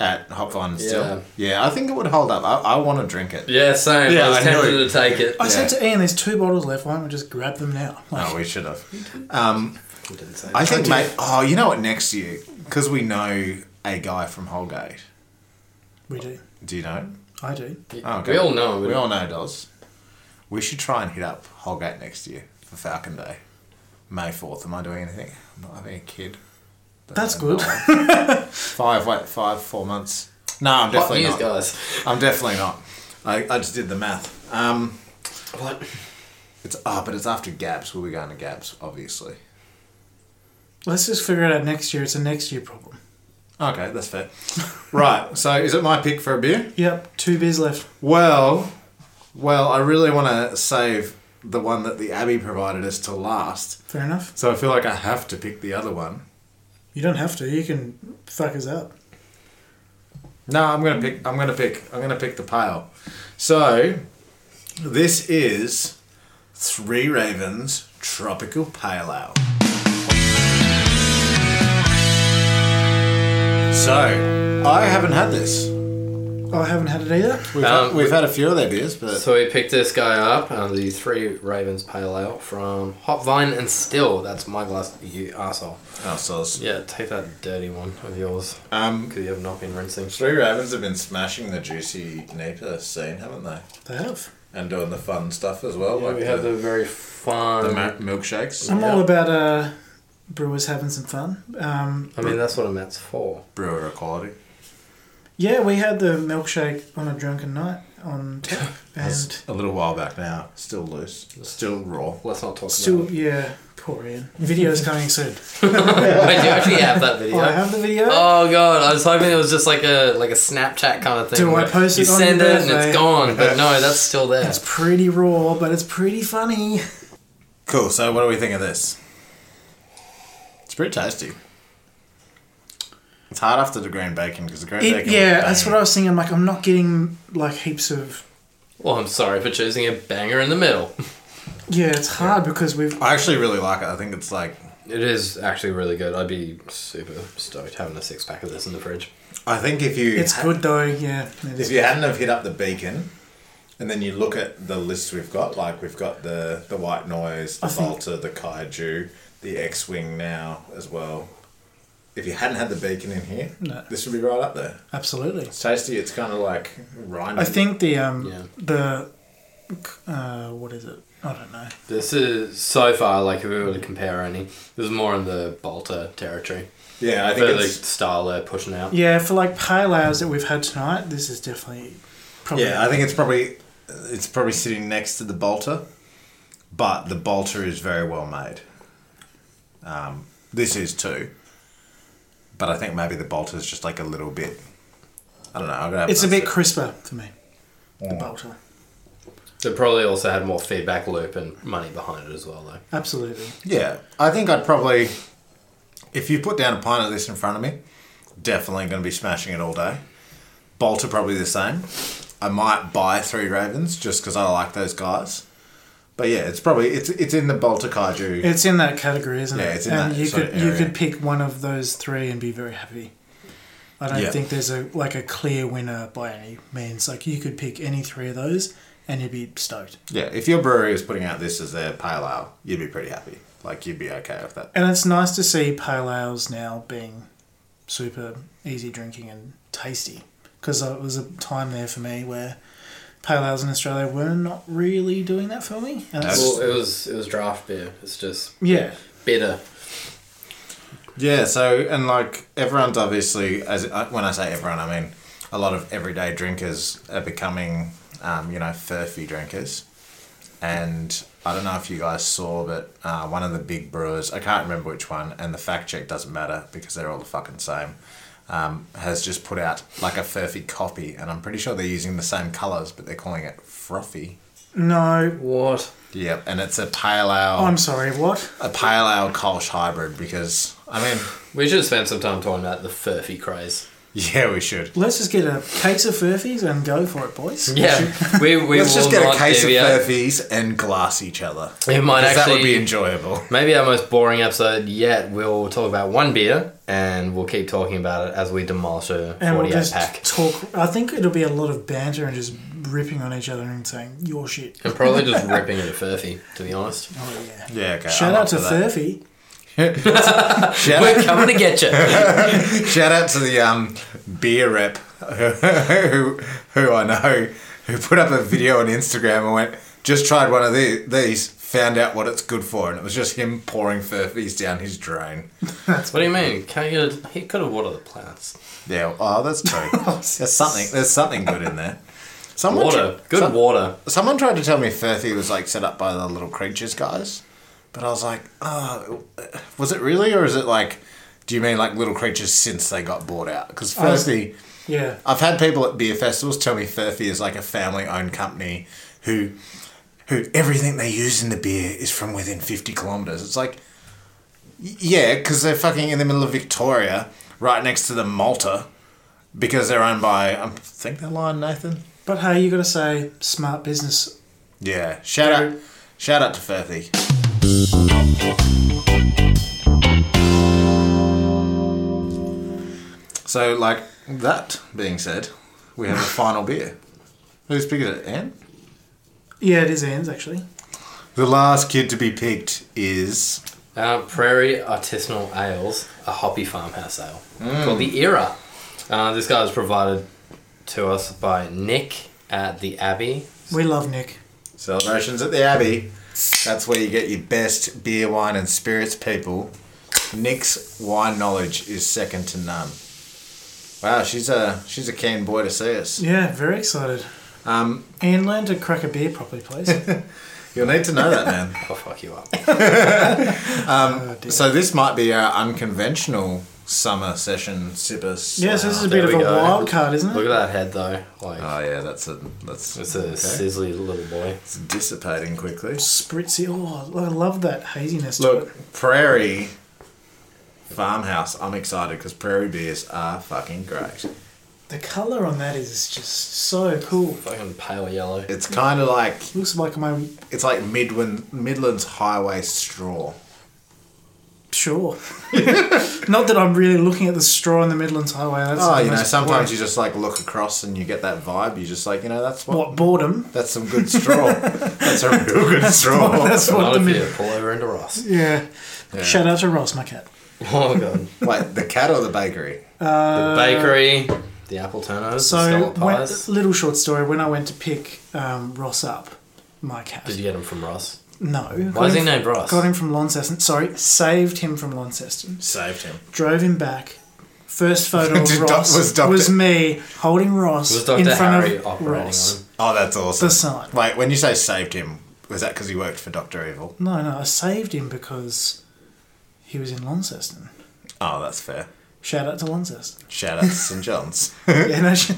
Speaker 2: at Hop On
Speaker 5: Yeah.
Speaker 2: still. Yeah, I think it would hold up. I, I want to drink it.
Speaker 5: Yeah, same.
Speaker 2: Yeah,
Speaker 5: I was
Speaker 2: I
Speaker 5: tempted
Speaker 2: know.
Speaker 5: to take it.
Speaker 3: I said
Speaker 2: Yeah.
Speaker 3: to Ian, "There's two bottles left. Why don't we just grab them now?"
Speaker 5: Oh.
Speaker 3: Like,
Speaker 2: No, Oh, we should have. Um,
Speaker 5: Didn't say
Speaker 2: I
Speaker 5: that.
Speaker 2: think, mate. Oh, you know what? Next year, because we know a guy from Holgate.
Speaker 3: we do.
Speaker 2: Do you know?
Speaker 3: I do.
Speaker 2: Oh, okay.
Speaker 5: We all know.
Speaker 2: We
Speaker 5: We all
Speaker 2: all know Doz. We should try and hit up Holgate next year for Falcon Day, May fourth. Am I doing anything? I'm not having a kid. Don't
Speaker 3: That's
Speaker 2: know.
Speaker 3: good.
Speaker 2: (laughs) Five, wait, five, four months. No, I'm definitely
Speaker 5: news,
Speaker 2: not.
Speaker 5: guys.
Speaker 2: I'm definitely not. I, I just did the math. Um,
Speaker 5: What?
Speaker 2: it's ah, but it's after Gabs. We'll be going to Gabs, obviously.
Speaker 3: Let's just figure it out next year. It's a next year problem.
Speaker 2: Okay, that's fair. (laughs) right. So, is it my pick for a beer?
Speaker 3: Yep, two beers left.
Speaker 2: Well, well, I really want to save the one that the Abbey provided us to last.
Speaker 3: Fair enough.
Speaker 2: So I feel like I have to pick the other one.
Speaker 3: You don't have to. You can fuck us up.
Speaker 2: No, I'm gonna pick. I'm gonna pick. I'm gonna pick the pale. So this is Three Ravens Tropical Pale Ale. So I haven't had this.
Speaker 3: Oh, I haven't had it either.
Speaker 2: We've,
Speaker 5: Um,
Speaker 2: had, we've had a few of their beers, but
Speaker 5: So we picked this guy up, uh, the Three Ravens Pale Ale from Hop Vine and Still. That's my glass, you asshole.
Speaker 2: oh, sauce.
Speaker 5: Yeah, take that dirty one of yours
Speaker 2: Um,
Speaker 5: because you have not been rinsing.
Speaker 2: Three Ravens have been smashing the juicy Napa scene, haven't they?
Speaker 3: They have.
Speaker 2: And doing the fun stuff as well,
Speaker 5: Yeah,
Speaker 2: like
Speaker 5: we have the very
Speaker 2: the
Speaker 5: fun.
Speaker 2: ma- milkshakes,
Speaker 3: I'm
Speaker 5: Yeah.
Speaker 3: all about uh, brewers having some fun. Um,
Speaker 5: I mean, that's what a Met's for.
Speaker 2: brewer quality.
Speaker 3: Yeah, we had the milkshake on a drunken night on tap, and
Speaker 2: That's a little while back now. Still loose. Still raw.
Speaker 5: Let's not talk
Speaker 3: still,
Speaker 5: about
Speaker 3: yeah, poor Ian. Video's coming soon.
Speaker 5: it.
Speaker 3: (laughs)
Speaker 5: Wait, do you actually have that video?
Speaker 3: Oh, I have the video.
Speaker 5: Oh god, I was hoping it was just like a like a Snapchat kind of thing.
Speaker 3: Do I
Speaker 5: where
Speaker 3: post
Speaker 5: you
Speaker 3: it on
Speaker 5: send
Speaker 3: your
Speaker 5: it and
Speaker 3: birthday?
Speaker 5: it's gone, but no, that's still there.
Speaker 3: It's pretty raw, but it's pretty funny.
Speaker 2: Cool. So, what do we think of this? It's pretty tasty. It's hard after the green bacon because the green
Speaker 3: It,
Speaker 2: bacon.
Speaker 3: yeah, that's what I was thinking. I'm like, I'm not getting like heaps of.
Speaker 5: Well, I'm sorry for choosing a banger in the middle.
Speaker 3: Yeah, it's hard because we've.
Speaker 2: I actually really like it. I think it's like.
Speaker 5: It is actually really good. I'd be super stoked having a six pack of this in the fridge.
Speaker 2: I think if you
Speaker 3: It's good though. Yeah, it
Speaker 2: if
Speaker 3: is.
Speaker 2: you hadn't have hit up the beacon, and then you look at the list we've got, like we've got the the white noise, the
Speaker 3: I think-
Speaker 2: Volta, the Kaiju, the X Wing now as well. If you hadn't had the beacon in here,
Speaker 3: No.
Speaker 2: this would be right up there.
Speaker 3: absolutely.
Speaker 2: It's tasty. It's kind of like rind.
Speaker 3: I think the um
Speaker 5: Yeah.
Speaker 3: the uh what is it? I don't know.
Speaker 5: This is so far like if we were to compare any, this is more in the Bolter territory.
Speaker 2: Yeah, I
Speaker 5: I think
Speaker 2: think
Speaker 5: the
Speaker 2: it's,
Speaker 5: style they're pushing out.
Speaker 3: Yeah, for like pale ales that we've had tonight, this is definitely. Probably
Speaker 2: Yeah, I think it's probably it's probably sitting next to the Bolter, but the Bolter is very well made. Um, this is too, but I think maybe the Bolter is just like a little bit. I don't know. I'm gonna have
Speaker 3: It's a
Speaker 2: another
Speaker 3: bit
Speaker 2: sip.
Speaker 3: crisper for me. The
Speaker 2: Mm.
Speaker 3: Bolter.
Speaker 5: It probably also had more feedback loop and money behind it as well, though.
Speaker 3: Absolutely.
Speaker 2: Yeah, I think I'd probably, if you put down a pint of this in front of me, definitely going to be smashing it all day. Bolter probably the same. I might buy three Ravens just because I like those guys. But yeah, it's probably it's it's in the Bolter Kaiju.
Speaker 3: It's in that category, isn't
Speaker 2: Yeah,
Speaker 3: it?
Speaker 2: it's in
Speaker 3: and
Speaker 2: that
Speaker 3: you
Speaker 2: sort
Speaker 3: could
Speaker 2: of
Speaker 3: you
Speaker 2: area.
Speaker 3: could pick one of those three and be very happy. I don't
Speaker 2: Yeah.
Speaker 3: think there's a like a clear winner by any means. Like you could pick any three of those and you'd be stoked.
Speaker 2: yeah, if your brewery is putting out this as their pale ale, you'd be pretty happy. Like you'd be okay with that.
Speaker 3: And it's nice to see pale ales now being super easy drinking and tasty. Because it was a time there for me where pale ales in Australia were not really doing that for me. And it's,
Speaker 5: Well, it was it was draft beer. It's just
Speaker 3: yeah,
Speaker 5: bitter.
Speaker 2: Yeah, so and like everyone's obviously as I- when I say everyone, I mean a lot of everyday drinkers are becoming, um, you know, furfy drinkers. And I don't know if you guys saw, but uh, one of the big brewers, I can't remember which one, and the fact check doesn't matter because they're all the fucking same, um, has just put out like a furfy copy, and I'm pretty sure they're using the same colours, but they're calling it frothy.
Speaker 3: no,
Speaker 5: What?
Speaker 2: Yep, and it's a pale ale,
Speaker 3: Oh, I'm sorry, what?
Speaker 2: a pale ale Kolsch hybrid because I mean, (laughs)
Speaker 5: We should spend some time talking about the furfy craze.
Speaker 2: yeah, we should.
Speaker 3: Let's just get a case of Furfies and go for it, boys.
Speaker 5: Yeah, we, we
Speaker 2: Let's
Speaker 5: will
Speaker 2: just get
Speaker 5: not
Speaker 2: a case of
Speaker 5: deviate.
Speaker 2: furfies and glass each other.
Speaker 5: It might
Speaker 2: 'Cause that
Speaker 5: actually
Speaker 2: would be enjoyable.
Speaker 5: Maybe our most boring episode yet. We'll talk about one beer and we'll keep talking about it as we demolish a
Speaker 3: And we'll
Speaker 5: 48
Speaker 3: just
Speaker 5: pack.
Speaker 3: talk. I think it'll be a lot of banter and just ripping on each other and saying, your shit.
Speaker 5: And probably just ripping it a furfy, to be honest.
Speaker 3: Oh, yeah.
Speaker 2: Yeah, okay.
Speaker 3: Shout
Speaker 2: I'm
Speaker 3: out
Speaker 2: up
Speaker 3: to
Speaker 2: for that.
Speaker 3: Furfy.
Speaker 5: (laughs)
Speaker 2: Shout
Speaker 5: We're
Speaker 2: out,
Speaker 5: coming to get you.
Speaker 2: shout out to the um, beer rep who, who I know who put up a video on Instagram and went, just tried one of the- these, found out what it's good for, and it was just him pouring furfies down his drain.
Speaker 5: What do you mean? Can't you? He could have watered the plants.
Speaker 2: Yeah, oh,
Speaker 3: (laughs)
Speaker 2: that's true. there's something. There's something good in there. Someone
Speaker 5: Water,
Speaker 2: tr-
Speaker 5: good
Speaker 2: some-
Speaker 5: water.
Speaker 2: Someone tried to tell me Furphy was like set up by the little creatures guys, but I was like, oh, was it really, or is it like, do you mean like little creatures since they got bought out? Because Furphy,
Speaker 3: Yeah.
Speaker 2: I've had people at beer festivals tell me Furphy is like a family-owned company who, who everything they use in the beer is from within fifty kilometers. It's like, y- yeah, because they're fucking in the middle of Victoria, right next to the Malta, because they're owned by I think they're Lion Nathan.
Speaker 3: But hey, you got to say, smart business.
Speaker 2: Yeah. Shout out shout out to Furthy. So like that being said, we (laughs) have a final beer. Who's picking it, Anne?
Speaker 3: Yeah, it is Anne's, actually.
Speaker 2: The last kid to be picked is
Speaker 5: Uh, Prairie Artisanal Ales, a hoppy farmhouse ale called the Era. Uh, this guy was provided to us by Nick at the Abbey.
Speaker 3: We love Nick.
Speaker 2: Celebrations at the Abbey. That's where you get your best beer, wine and spirits people. Nick's wine knowledge is second to none. Wow, she's a she's a keen boy to see us.
Speaker 3: Yeah, very excited.
Speaker 2: Um,
Speaker 3: Anne, learn to crack a beer properly, please.
Speaker 2: you'll need to know that, man. (laughs)
Speaker 5: I'll fuck you up.
Speaker 3: Oh, dear.
Speaker 2: So this might be our unconventional summer session sippers.
Speaker 3: yes, this is a
Speaker 5: there
Speaker 3: bit of
Speaker 5: we
Speaker 3: a
Speaker 5: go.
Speaker 3: wild card, isn't
Speaker 5: Look
Speaker 3: it?
Speaker 5: at that head though. Like
Speaker 2: Oh yeah, that's a that's
Speaker 5: it's a
Speaker 2: okay.
Speaker 5: sizzly little boy.
Speaker 2: It's dissipating quickly.
Speaker 3: Spritzy. Oh, I love that haziness. to it.
Speaker 2: Look, Prairie Farmhouse. I'm excited because Prairie beers are fucking great.
Speaker 3: The colour on that is just so cool.
Speaker 5: Fucking pale yellow.
Speaker 2: It's kind of like
Speaker 3: Looks like my.
Speaker 2: it's like Midland Midlands Highway straw.
Speaker 3: Sure. (laughs) Not that I'm really looking at the straw in the Midlands Highway. That's
Speaker 2: Oh,
Speaker 3: the
Speaker 2: you know,
Speaker 3: most
Speaker 2: sometimes you just like look across and you get that vibe. You just like you know that's what,
Speaker 3: What, boredom?
Speaker 2: (laughs) that's some good straw. that's a real good straw.
Speaker 3: That's what
Speaker 5: Not
Speaker 3: the
Speaker 5: if
Speaker 3: mid-
Speaker 5: you pull over
Speaker 3: (laughs)
Speaker 5: into Ross.
Speaker 3: yeah.
Speaker 2: Yeah.
Speaker 3: Shout out to Ross, my cat.
Speaker 5: Oh god.
Speaker 2: Wait, the cat or the bakery?
Speaker 5: the bakery, the apple turnovers,
Speaker 3: So,
Speaker 5: the scallop
Speaker 3: when,
Speaker 5: pies.
Speaker 3: little short story. When I went to pick um, Ross up, my cat.
Speaker 5: Did you get them from Ross?
Speaker 3: No.
Speaker 5: Why
Speaker 3: Got
Speaker 5: is he
Speaker 3: him-
Speaker 5: named Ross?
Speaker 3: Got him from Launceston. Sorry, saved him from Launceston.
Speaker 2: Saved him.
Speaker 3: Drove him back. First
Speaker 2: (laughs)
Speaker 3: photo of
Speaker 2: Did Doc-
Speaker 3: Ross
Speaker 2: was
Speaker 3: was,
Speaker 2: Doctor-
Speaker 3: me holding Ross
Speaker 5: Was
Speaker 3: in
Speaker 5: Dr.
Speaker 3: front
Speaker 5: Harry
Speaker 3: of
Speaker 5: operating
Speaker 3: Ross.
Speaker 5: on him?
Speaker 2: Oh, that's awesome.
Speaker 3: The sign.
Speaker 2: Wait, when you say saved him, was that because he worked for Doctor Evil?
Speaker 3: No, no, I saved him because he was in Launceston.
Speaker 2: Oh, that's fair.
Speaker 3: Shout out to Launceston. (laughs)
Speaker 2: Shout out to St John's.
Speaker 3: yeah, no, sh-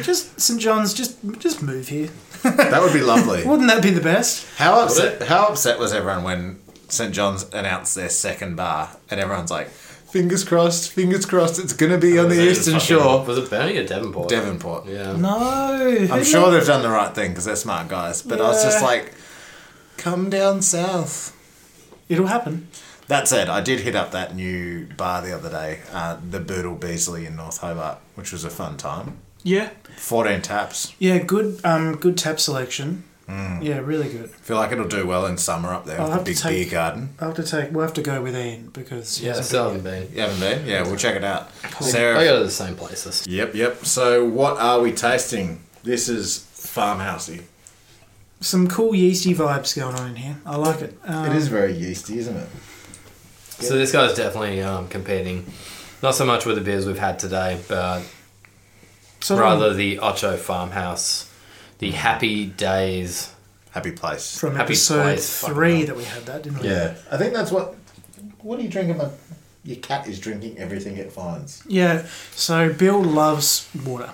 Speaker 3: just St John's. Just, just move here.
Speaker 2: That would be lovely.
Speaker 3: Wouldn't that be the best?
Speaker 2: How upset? How upset was everyone when St John's announced their second bar, and everyone's like, "Fingers crossed, fingers crossed, it's gonna be on
Speaker 5: Was
Speaker 2: the
Speaker 5: it
Speaker 2: eastern
Speaker 5: fucking- (laughs)
Speaker 2: shore."
Speaker 5: Was it Burnie or Devonport?
Speaker 2: Devonport.
Speaker 5: Yeah.
Speaker 3: No.
Speaker 2: I'm sure they've done the right thing because they're smart guys. But I was just
Speaker 3: Yeah.
Speaker 2: like, "Come down south."
Speaker 3: it'll happen.
Speaker 2: That said, I did hit up that new bar the other day, uh, the Boodle Beasley in North Hobart, which was a fun time.
Speaker 3: Yeah.
Speaker 2: 14 taps.
Speaker 3: Yeah. Good. Um. Good tap selection.
Speaker 5: Mm.
Speaker 3: Yeah. Really good.
Speaker 2: Feel like it'll do well in summer up there
Speaker 3: I'll have
Speaker 2: with the
Speaker 3: to
Speaker 2: big
Speaker 3: take-
Speaker 2: beer garden.
Speaker 3: I'll have to take. We'll have to go with Ian because he
Speaker 5: Yeah,
Speaker 3: hasn't
Speaker 5: still
Speaker 3: been
Speaker 5: haven't been.
Speaker 2: You haven't been? Yeah, we'll check it out.
Speaker 5: I
Speaker 2: Sarah.
Speaker 5: go to the same places.
Speaker 2: Yep, yep. So, what are we tasting? This is farmhousey.
Speaker 3: yet. some cool yeasty vibes going on in here. I like it. Um,
Speaker 2: it is very yeasty, isn't it?
Speaker 5: So this guy's definitely um, competing. Not so much with the beers we've had today, but
Speaker 3: sort of
Speaker 5: rather the Ocho Farmhouse, the Happy Days.
Speaker 2: Happy place.
Speaker 3: from
Speaker 5: happy
Speaker 3: episode
Speaker 5: place, fucking
Speaker 3: three
Speaker 5: hell.
Speaker 3: that we had that, didn't we?
Speaker 2: yeah. I think that's what. What are you drinking? My, your cat is drinking everything it finds.
Speaker 3: Yeah, so Bill loves water.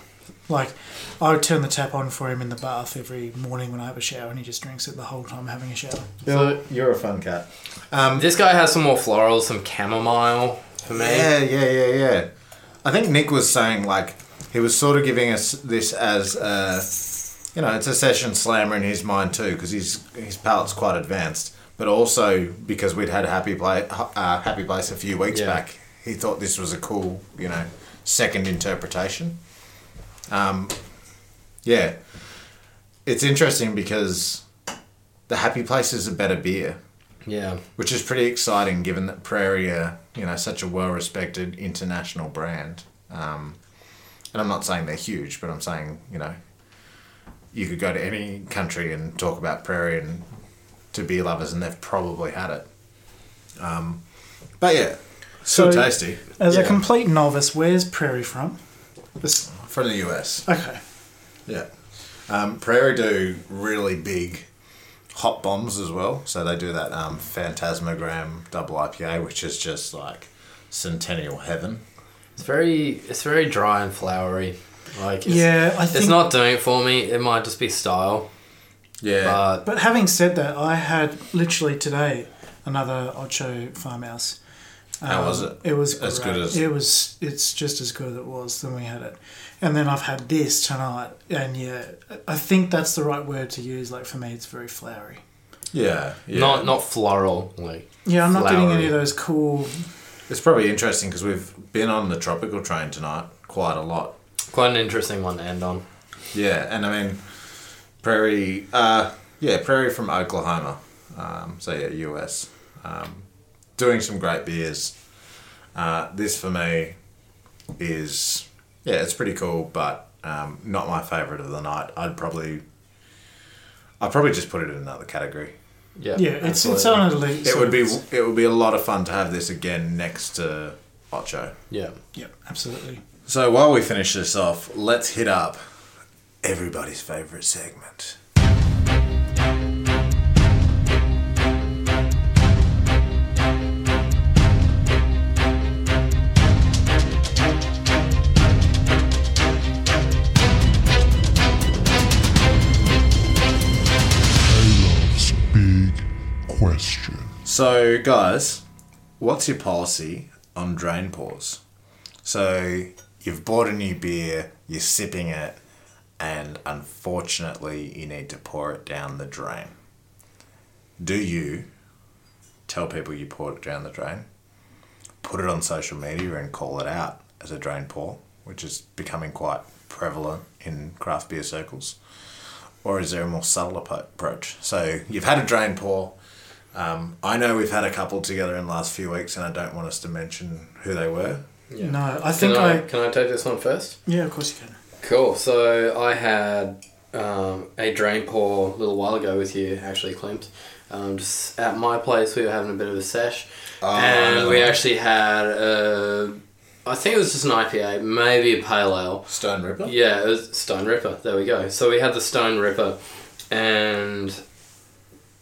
Speaker 3: Like, I would turn the tap on for him in the bath every morning when I have a shower, and he just drinks it the whole time having a shower.
Speaker 2: Bill, you're a fun cat. Um,
Speaker 5: This guy has some more florals, some chamomile for me.
Speaker 2: Yeah, yeah, yeah, yeah. I think Nick was saying like he was sort of giving us this as a, you know, it's a session slammer in his mind too because his his palate's quite advanced, but also because we'd had happy play uh, happy place a few weeks
Speaker 5: Yeah.
Speaker 2: back, he thought this was a cool you know second interpretation. Um, yeah, it's interesting because the happy place is a better beer
Speaker 5: Yeah.
Speaker 2: which is pretty exciting given that Prairie are, you know, such a well respected international brand. Um, and I'm not saying they're huge, but I'm saying, you know, you could go to any country and talk about Prairie and to beer lovers, and they've probably had it. Um, but yeah, so
Speaker 3: So-
Speaker 2: tasty.
Speaker 3: As a
Speaker 2: Yeah.
Speaker 3: complete novice, where's Prairie from? This,
Speaker 2: From the US.
Speaker 3: okay.
Speaker 2: Yeah. Um, Prairie do really big hot bombs as well. So they do that um, Phantasmagram double IPA, which is just like centennial heaven.
Speaker 5: It's very it's very dry and flowery. Like it's,
Speaker 3: yeah, I think.
Speaker 5: it's not doing it for me. It might just be style.
Speaker 2: Yeah.
Speaker 5: But
Speaker 3: But having said that, I had literally today another Ocho farmhouse.
Speaker 2: How
Speaker 3: Um,
Speaker 2: was it?
Speaker 3: It was
Speaker 2: As good
Speaker 3: great.
Speaker 2: as-
Speaker 3: it was. It's just as good as it was than we had it, and then I've had this tonight, and yeah, I think that's the right word to use. Like for me, it's very flowery.
Speaker 2: yeah. Yeah.
Speaker 5: not not floral. Like
Speaker 3: Yeah, I'm not getting any
Speaker 5: Flowery.
Speaker 3: of those cool.
Speaker 2: it's probably interesting because we've been on the tropical train tonight quite a lot.
Speaker 5: quite an interesting one to end on.
Speaker 2: Yeah. And I mean, Prairie, uh, yeah, Prairie from Oklahoma. Um, so yeah, US. Um, doing some great beers. Uh, this for me is yeah, it's pretty cool, but um, not my favorite of the night. I'd probably, I'd probably just put it in another category.
Speaker 5: Yeah.
Speaker 3: Yeah, it's uh, it's
Speaker 5: absolutely.
Speaker 3: on a elite.
Speaker 2: It would be it would be a lot of fun to have this again next to Ocho.
Speaker 5: Yeah.
Speaker 3: Yeah, absolutely.
Speaker 2: So while we finish this off, let's hit up everybody's favorite segment.
Speaker 1: Caleb's big question.
Speaker 2: So, guys, what's your policy on drain pours? So, you've bought a new beer, you're sipping it, and unfortunately, you need to pour it down the drain. Do you tell people you poured it down the drain? Put it on social media and call it out as a drain pour, which is becoming quite prevalent in craft beer circles? Or is there a more subtle appro- approach? So, you've had a drain pour, I know we've had a couple together in the last few weeks, and I don't want us to mention who they were.
Speaker 3: No, I
Speaker 5: Can
Speaker 3: think
Speaker 5: I,
Speaker 3: I,
Speaker 5: can I take this one first?
Speaker 3: Yeah, of course you can.
Speaker 5: Cool. So I had um, a drain pour a little while ago with you, actually, Klimt. Um, just at my place, we were having a bit of a sesh,
Speaker 2: Ah.
Speaker 5: and
Speaker 2: no.
Speaker 5: Uh, we actually had a. I think it was just an IPA, maybe a pale ale.
Speaker 2: Stone Ripper.
Speaker 5: Yeah, it was Stone Ripper. There we go. So we had the Stone Ripper, and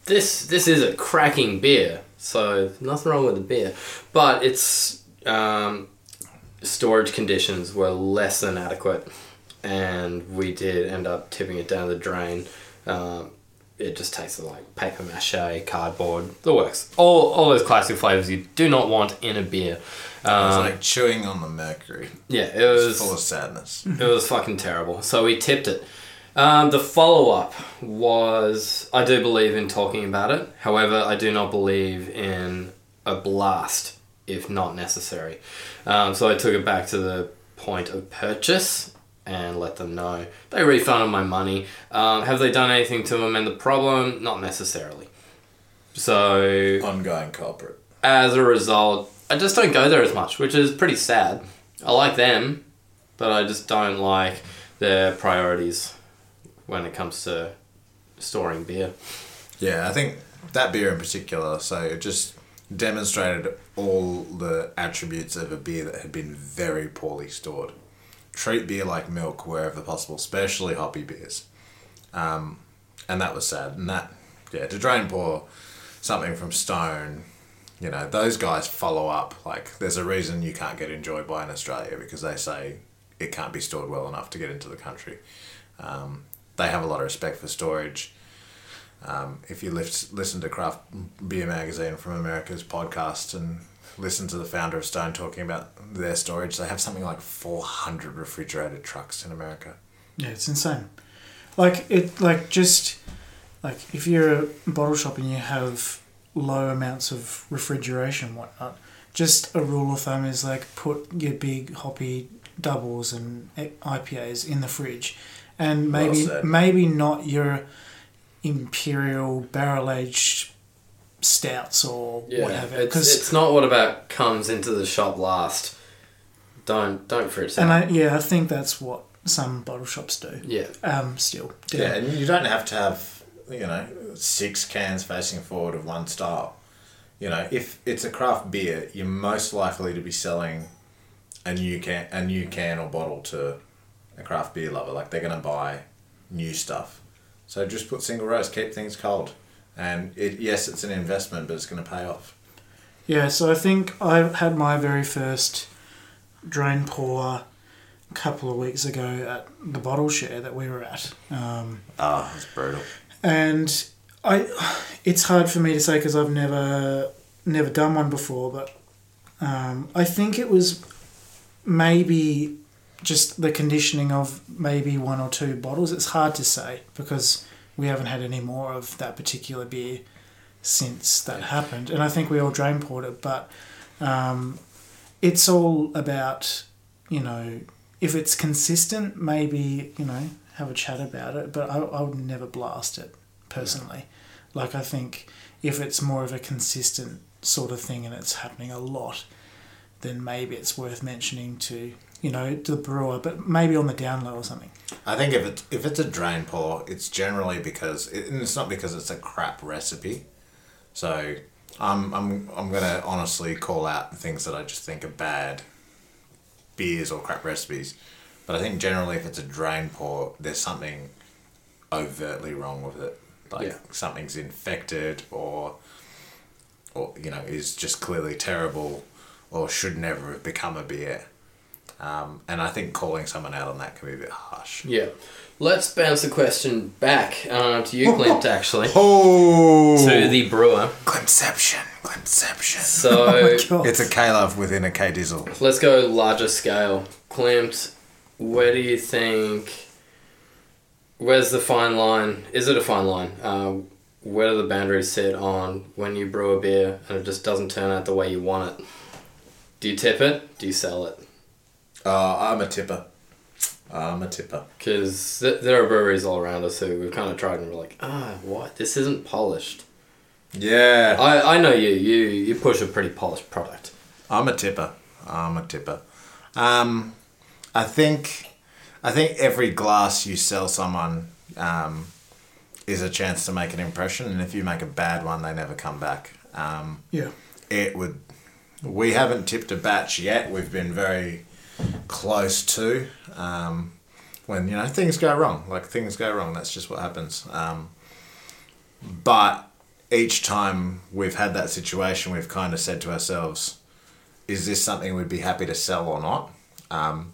Speaker 5: this this is a cracking beer. So nothing wrong with the beer, but its um, storage conditions were less than adequate, and we did end up tipping it down the drain. Um, it just tastes like paper mache, cardboard, the works. All, all those classic flavors you do not want in a beer.
Speaker 2: It's
Speaker 5: Um,
Speaker 2: like chewing on the mercury.
Speaker 5: yeah, it was
Speaker 2: It's full
Speaker 5: (laughs)
Speaker 2: of sadness.
Speaker 5: it was fucking terrible. So we tipped it. Um, the follow up was I do believe in talking about it. However, I do not believe in a blast if not necessary. Um, so I took it back to the point of purchase and let them know. They refunded my money. Um, have they done anything to amend the problem? Not necessarily. So
Speaker 4: Ongoing culprit.
Speaker 5: as a result, I just don't go there as much, which is pretty sad. I like them, but I just don't like their priorities when it comes to storing beer.
Speaker 2: Yeah, I think that beer in particular, so it just demonstrated all the attributes of a beer that had been very poorly stored. Treat beer like milk wherever possible, especially hoppy beers. Um, and that was sad. And that, yeah, to drain pour something from stone, you know, those guys follow up. Like, there's a reason you can't get enjoyed by in Australia because they say it can't be stored well enough to get into the country. Um, they have a lot of respect for storage. Um, if you lift, listen to Craft Beer Magazine from America's podcast and listen to the founder of Stone talking about their storage, they have something like 400 refrigerated trucks in America.
Speaker 3: Yeah, it's insane. Like it, like just like if you're a bottle shop and you have low amounts of refrigeration, and whatnot. Just a rule of thumb is like put your big hoppy doubles and IPAs in the fridge, and
Speaker 4: Well
Speaker 3: maybe
Speaker 4: said.
Speaker 3: maybe not your imperial barrel aged stouts or whatever.
Speaker 5: it's,
Speaker 3: 'cause-
Speaker 5: it's not what about comes into the shop last. Don't don't fridge that.
Speaker 3: and I yeah, I think that's what some bottle shops do.
Speaker 5: yeah,
Speaker 3: Um, still, do.
Speaker 2: Yeah, and you don't have to have, you know, six cans facing forward of one style. You know, if it's a craft beer, you're most likely to be selling a new can, a new can or bottle to a craft beer lover. Like they're gonna buy new stuff. So just put single rows, keep things cold, and it yes, it's an investment, but it's gonna pay off.
Speaker 3: Yeah, so I think I had my very first drain pour a couple of weeks ago at the bottle share that we were at. Um,
Speaker 2: Ah, that's brutal.
Speaker 3: and I, it's hard for me to say because I've never never done one before, but um, I think it was maybe just the conditioning of maybe one or two bottles. It's hard to say because we haven't had any more of that particular beer since that happened, and I think we all drain poured it, but um, it's all about you know if it's consistent, maybe you know have a chat about it. But I, I would never blast it personally. Like I think if it's more of a consistent sort of thing and it's happening a lot, then maybe it's worth mentioning to you know to the brewer, but maybe on the down low or something.
Speaker 2: I think if it's if it's a drain pour, it's generally because it, and it's not because it's a crap recipe. So I'm I'm I'm gonna honestly call out things that I just think are bad beers or crap recipes. But I think generally if it's a drain pour, there's something overtly wrong with it. Like
Speaker 5: Yeah.
Speaker 2: something's infected or or you know, is just clearly terrible or should never have become a beer. Um, and I think calling someone out on that can be a bit harsh.
Speaker 5: yeah. Let's bounce the question back uh, to you, Clint. Actually,
Speaker 2: Oh,
Speaker 5: to the brewer.
Speaker 2: Conception,
Speaker 3: (laughs)
Speaker 2: Conception.
Speaker 5: So
Speaker 3: Oh God.
Speaker 2: It's a K love within a K dizzle.
Speaker 5: Let's go larger scale. Klimt, where do you think? Where's the fine line? Is it a fine line? Uh, where do the boundaries sit on when you brew a beer and it just doesn't turn out the way you want it? Do you tip it? Do you sell it?
Speaker 4: Uh, I'm a tipper. I'm a tipper.
Speaker 5: Because th- there are breweries all around us who we've kind of tried and we're like, ah, what? This isn't polished.
Speaker 4: Yeah.
Speaker 5: I, I know you. You you push a pretty polished product.
Speaker 2: I'm a tipper. I'm a tipper. Um, I think, I think every glass you sell someone um, is a chance to make an impression, and if you make a bad one, they never come back. Um,
Speaker 3: yeah.
Speaker 2: it would. We haven't tipped a batch yet. We've been very close to um, when you know things go wrong. Like things go wrong. That's just what happens. Um, but each time we've had that situation, we've kind of said to ourselves, "Is this something we'd be happy to sell or not?" Um,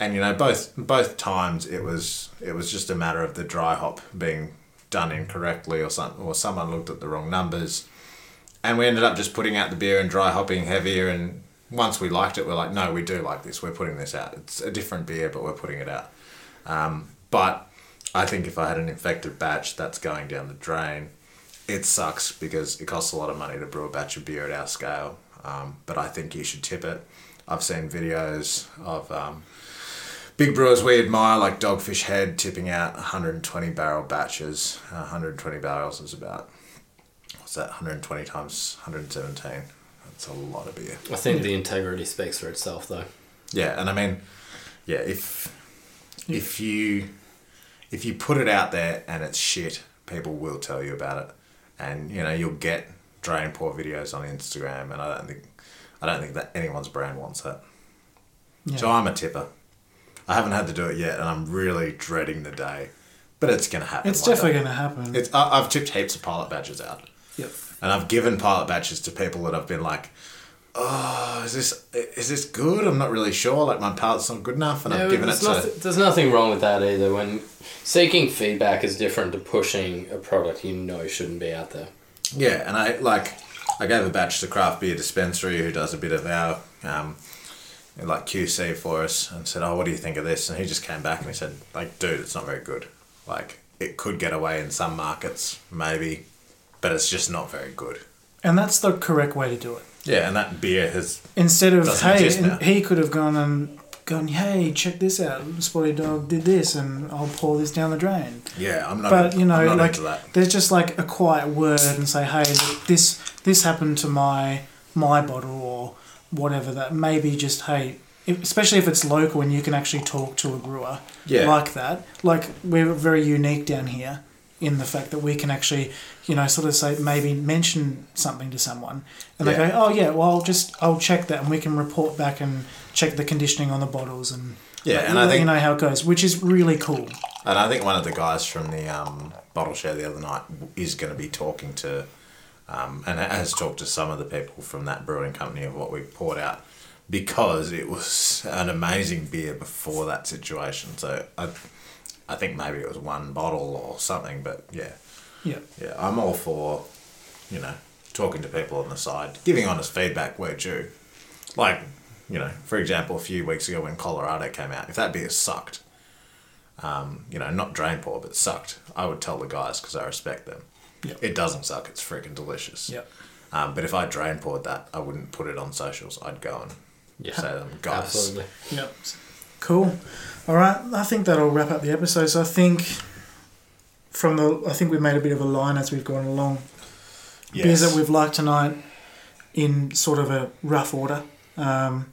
Speaker 2: and you know, both both times it was it was just a matter of the dry hop being done incorrectly or something, or someone looked at the wrong numbers. And we ended up just putting out the beer and dry hopping heavier. And once we liked it, we're like, no, we do like this. We're putting this out. It's a different beer, but we're putting it out. Um, but I think if I had an infected batch, that's going down the drain. It sucks because it costs a lot of money to brew a batch of beer at our scale. Um, but I think you should tip it. I've seen videos of um, big brewers we admire, like Dogfish Head, tipping out 120 barrel batches. Uh, 120 barrels is about, what's that, 120 times 117? That's a lot of beer.
Speaker 5: I think the integrity speaks for itself, though.
Speaker 2: Yeah, and I mean, yeah, if if you if you put it out there and it's shit, people will tell you about it, and you know you'll get drain poor videos on Instagram, and I don't think I don't think that anyone's brand wants that. So I'm a tipper. I haven't had to do it yet, and I'm really dreading the day, but it's gonna happen.
Speaker 3: It's
Speaker 2: one
Speaker 3: definitely
Speaker 2: day.
Speaker 3: going to happen.
Speaker 2: It's I, I've tipped heaps of pilot badges out.
Speaker 3: Yep.
Speaker 2: And I've given pilot batches to people that I've been like, oh, is this is this good? I'm not really sure. Like my palate's not good enough, and I've given it
Speaker 5: there's,
Speaker 2: to.
Speaker 5: nothing, there's nothing wrong with that either. When seeking feedback is different to pushing a product you know shouldn't be out there.
Speaker 2: Yeah, and I like I gave a batch to craft beer dispensary who does a bit of our um, like QC for us and said, "Oh, what do you think of this?" And he just came back and he said, "Like, dude, it's not very good. Like, it could get away in some markets, maybe, but it's just not very good."
Speaker 3: and that's the correct way to do it.
Speaker 2: Yeah, and that beer has
Speaker 3: Instead of,
Speaker 2: Doesn't
Speaker 3: hey,
Speaker 2: exist now.
Speaker 3: he could have gone and gone, hey, check this out. Spotty Dog did this and I'll pour this down the drain.
Speaker 2: yeah. I'm not.
Speaker 3: But, you
Speaker 2: I'm
Speaker 3: know,
Speaker 2: not
Speaker 3: like,
Speaker 2: into that.
Speaker 3: there's just like a quiet word and say, hey, look, this, this happened to my, my bottle or whatever that maybe just, hey, if, especially if it's local and you can actually talk to a brewer
Speaker 2: Yeah.
Speaker 3: like that. Like, we're very unique down here in the fact that we can actually, you know, sort of say maybe mention something to someone, and
Speaker 2: Yeah.
Speaker 3: they go, "Oh yeah, well I'll just I'll check that," and we can report back and check the conditioning on the bottles and
Speaker 2: Yeah, and
Speaker 3: let
Speaker 2: I think-
Speaker 3: you know how it goes, which is really cool.
Speaker 2: And I think one of the guys from the um, bottle share the other night is going to be talking to, um, and has talked to some of the people from that brewing company of what we poured out because it was an amazing beer before that situation. So I, I think maybe it was one bottle or something, but yeah,
Speaker 3: Yeah,
Speaker 2: yeah, I'm all for, you know, talking to people on the side, giving honest feedback where due. Like, you know, for example, a few weeks ago when Colorado came out, if that beer sucked, um, you know, not drain poor, but sucked, I would tell the guys because I respect them.
Speaker 3: Yep.
Speaker 2: It doesn't suck, it's freaking delicious.
Speaker 3: Yep.
Speaker 2: Um, but if I drain poured that, I wouldn't put it on socials. I'd go and
Speaker 5: Yeah.
Speaker 2: say to them, guys,
Speaker 5: Absolutely.
Speaker 3: yeah, cool. All right, I think that'll wrap up the episode. So I think from the I think we've made a bit of a line as we've gone along. beers that we've liked tonight in sort of a rough order. Um,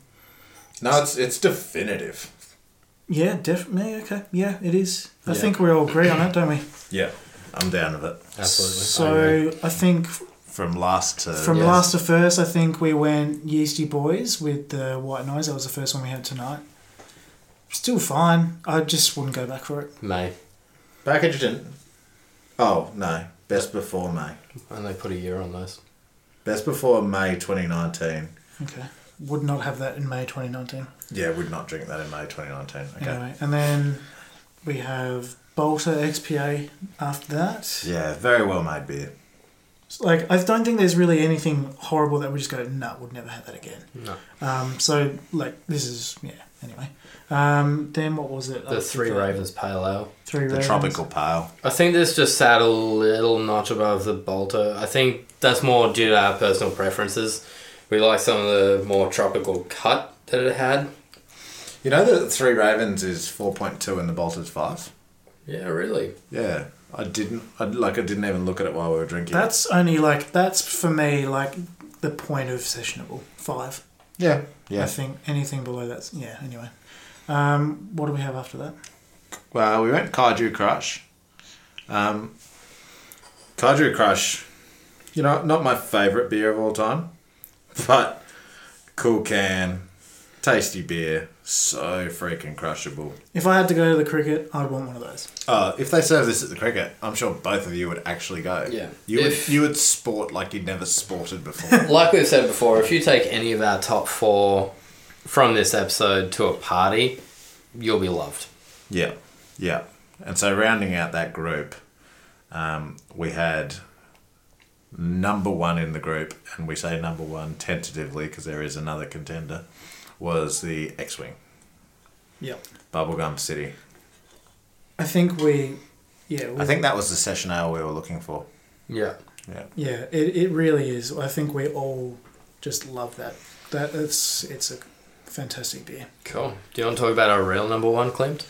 Speaker 4: No, it's it's definitive.
Speaker 3: yeah, definitely. Okay, yeah, it is. I
Speaker 5: Yeah.
Speaker 3: think we all agree on that, don't we?
Speaker 2: yeah, I'm down with it.
Speaker 5: Absolutely. Oh, Uh, I agree.
Speaker 3: So I think f-
Speaker 2: From last to.
Speaker 3: from
Speaker 5: yes.
Speaker 3: last to first, I think we went Yeasty Boys with the White Noise. That was the first one we had tonight. Still fine. I just wouldn't go back for it.
Speaker 5: May.
Speaker 2: Packaged in. Oh, no. Best before May.
Speaker 5: And they put a year on those.
Speaker 2: Best before May 2019.
Speaker 3: Okay, would not have that in May 2019.
Speaker 2: Yeah, would not drink that in May 2019. Okay.
Speaker 3: Anyway, and then we have Bolter XPA after that.
Speaker 2: Yeah, very well made beer.
Speaker 3: Like I don't think there's really anything horrible that we just go, nah, we'll never have that again.
Speaker 5: No.
Speaker 3: Um, so like this is yeah. Anyway, um, then what was it?
Speaker 5: The Oh, Three Ravens Pale Ale.
Speaker 3: Three
Speaker 2: The
Speaker 3: Ravens.
Speaker 2: tropical pale.
Speaker 5: I think this just sat a little notch above the Bolter. I think that's more due to our personal preferences. We like some of the more tropical cut that it had.
Speaker 2: You know that Three Ravens is 4.2 and the Bolter's 5?
Speaker 5: Yeah, really.
Speaker 2: Yeah. I didn't, I, like, I didn't even look at it while we were drinking.
Speaker 3: That's only like that's for me like the point of sessionable five.
Speaker 2: yeah.
Speaker 3: I
Speaker 2: Yeah.
Speaker 3: think anything below that's yeah. Anyway, um, what do we have after that?
Speaker 2: Well, we went Kaiju Crush. Um, Kaiju Crush, you know, not my favourite beer of all time, (laughs) but cool can, tasty beer, so freaking crushable.
Speaker 3: If I had to go to the cricket, I'd want one of those.
Speaker 2: Uh, if they serve this at the cricket, I'm sure both of you would actually go.
Speaker 5: Yeah.
Speaker 2: You
Speaker 5: If-
Speaker 2: would you would sport like you'd never sported before.
Speaker 5: Like we've said before, if you take any of our top four from this episode to a party, you'll be loved.
Speaker 2: yeah. Yeah. And so rounding out that group, Um, we had number one in the group, and we say number one tentatively because there is another contender, was the X Wing,
Speaker 3: Yep.
Speaker 2: Bubblegum City.
Speaker 3: I think we, yeah, we,
Speaker 2: I think that was the session ale we were looking for.
Speaker 5: Yeah.
Speaker 2: Yeah.
Speaker 3: yeah, it, it really is. I think we all just love that. That it's it's a fantastic beer.
Speaker 5: Cool. Do you want to talk about our real number one, Klimt?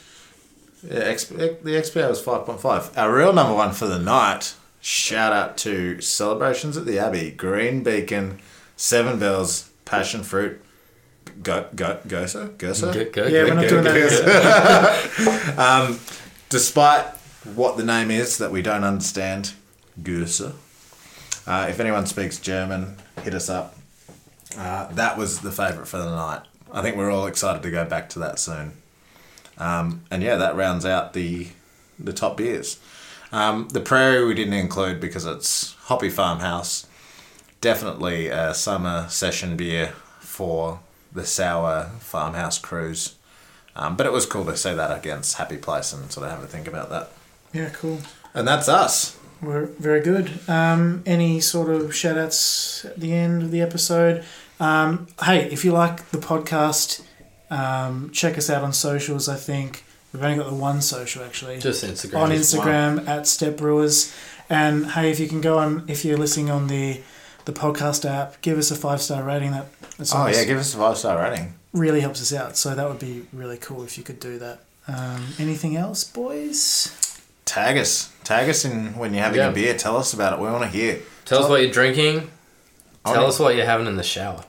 Speaker 2: Yeah, X, the XPA was 5.5. Our real number one for the night, shout out to Celebrations at the Abbey, Green Beacon, Seven Bells, Passion Fruit, Go, Go, Gosa? Gosa?
Speaker 5: Good, good,
Speaker 3: Yeah,
Speaker 5: good,
Speaker 3: we're not
Speaker 5: good,
Speaker 3: doing
Speaker 5: good,
Speaker 3: that.
Speaker 5: good.
Speaker 2: (laughs) Um, Despite what the name is that we don't understand, Gosa. Uh, if anyone speaks German, hit us up. Uh, that was the favourite for the night. I think we're all excited to go back to that soon. Um, and yeah, that rounds out the the top beers. Um, the Prairie we didn't include because it's Hoppy Farmhouse. Definitely a summer session beer for the sour farmhouse cruise. Um, but it was cool to say that against Happy Place and sort of have a think about that.
Speaker 3: Yeah, cool.
Speaker 2: And that's us.
Speaker 3: We're very good. Um, any sort of shout outs at the end of the episode? Um, hey, if you like the podcast, um, check us out on socials. I think we've only got the one social actually
Speaker 5: Just Instagram.
Speaker 3: on Instagram at Step Brewers. And hey, if you can go on, if you're listening on the the podcast app, give us a five star rating. That that's
Speaker 2: Oh,
Speaker 3: always-
Speaker 2: yeah, give us a five star rating.
Speaker 3: really helps us out. So that would be really cool if you could do that. Um, anything else, boys?
Speaker 2: Tag us. Tag us in when you're having
Speaker 5: Yeah.
Speaker 2: a beer. Tell us about it. We want to hear.
Speaker 5: Tell us what you're drinking.
Speaker 2: Oh,
Speaker 5: Tell
Speaker 2: yeah.
Speaker 5: us what you're having in the shower.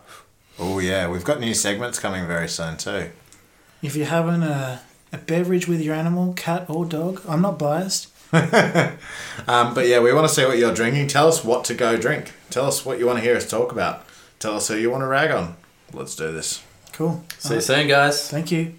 Speaker 2: Oh, yeah. We've got new segments coming very soon, too.
Speaker 3: If you're having a, a beverage with your animal, cat or dog, I'm not biased.
Speaker 2: Um, but yeah, we want to see what you're drinking. Tell us what to go drink. Tell us what you want to hear us talk about. Tell us who you want to rag on. Let's do this.
Speaker 3: Cool.
Speaker 5: See you soon, guys.
Speaker 3: Thank you.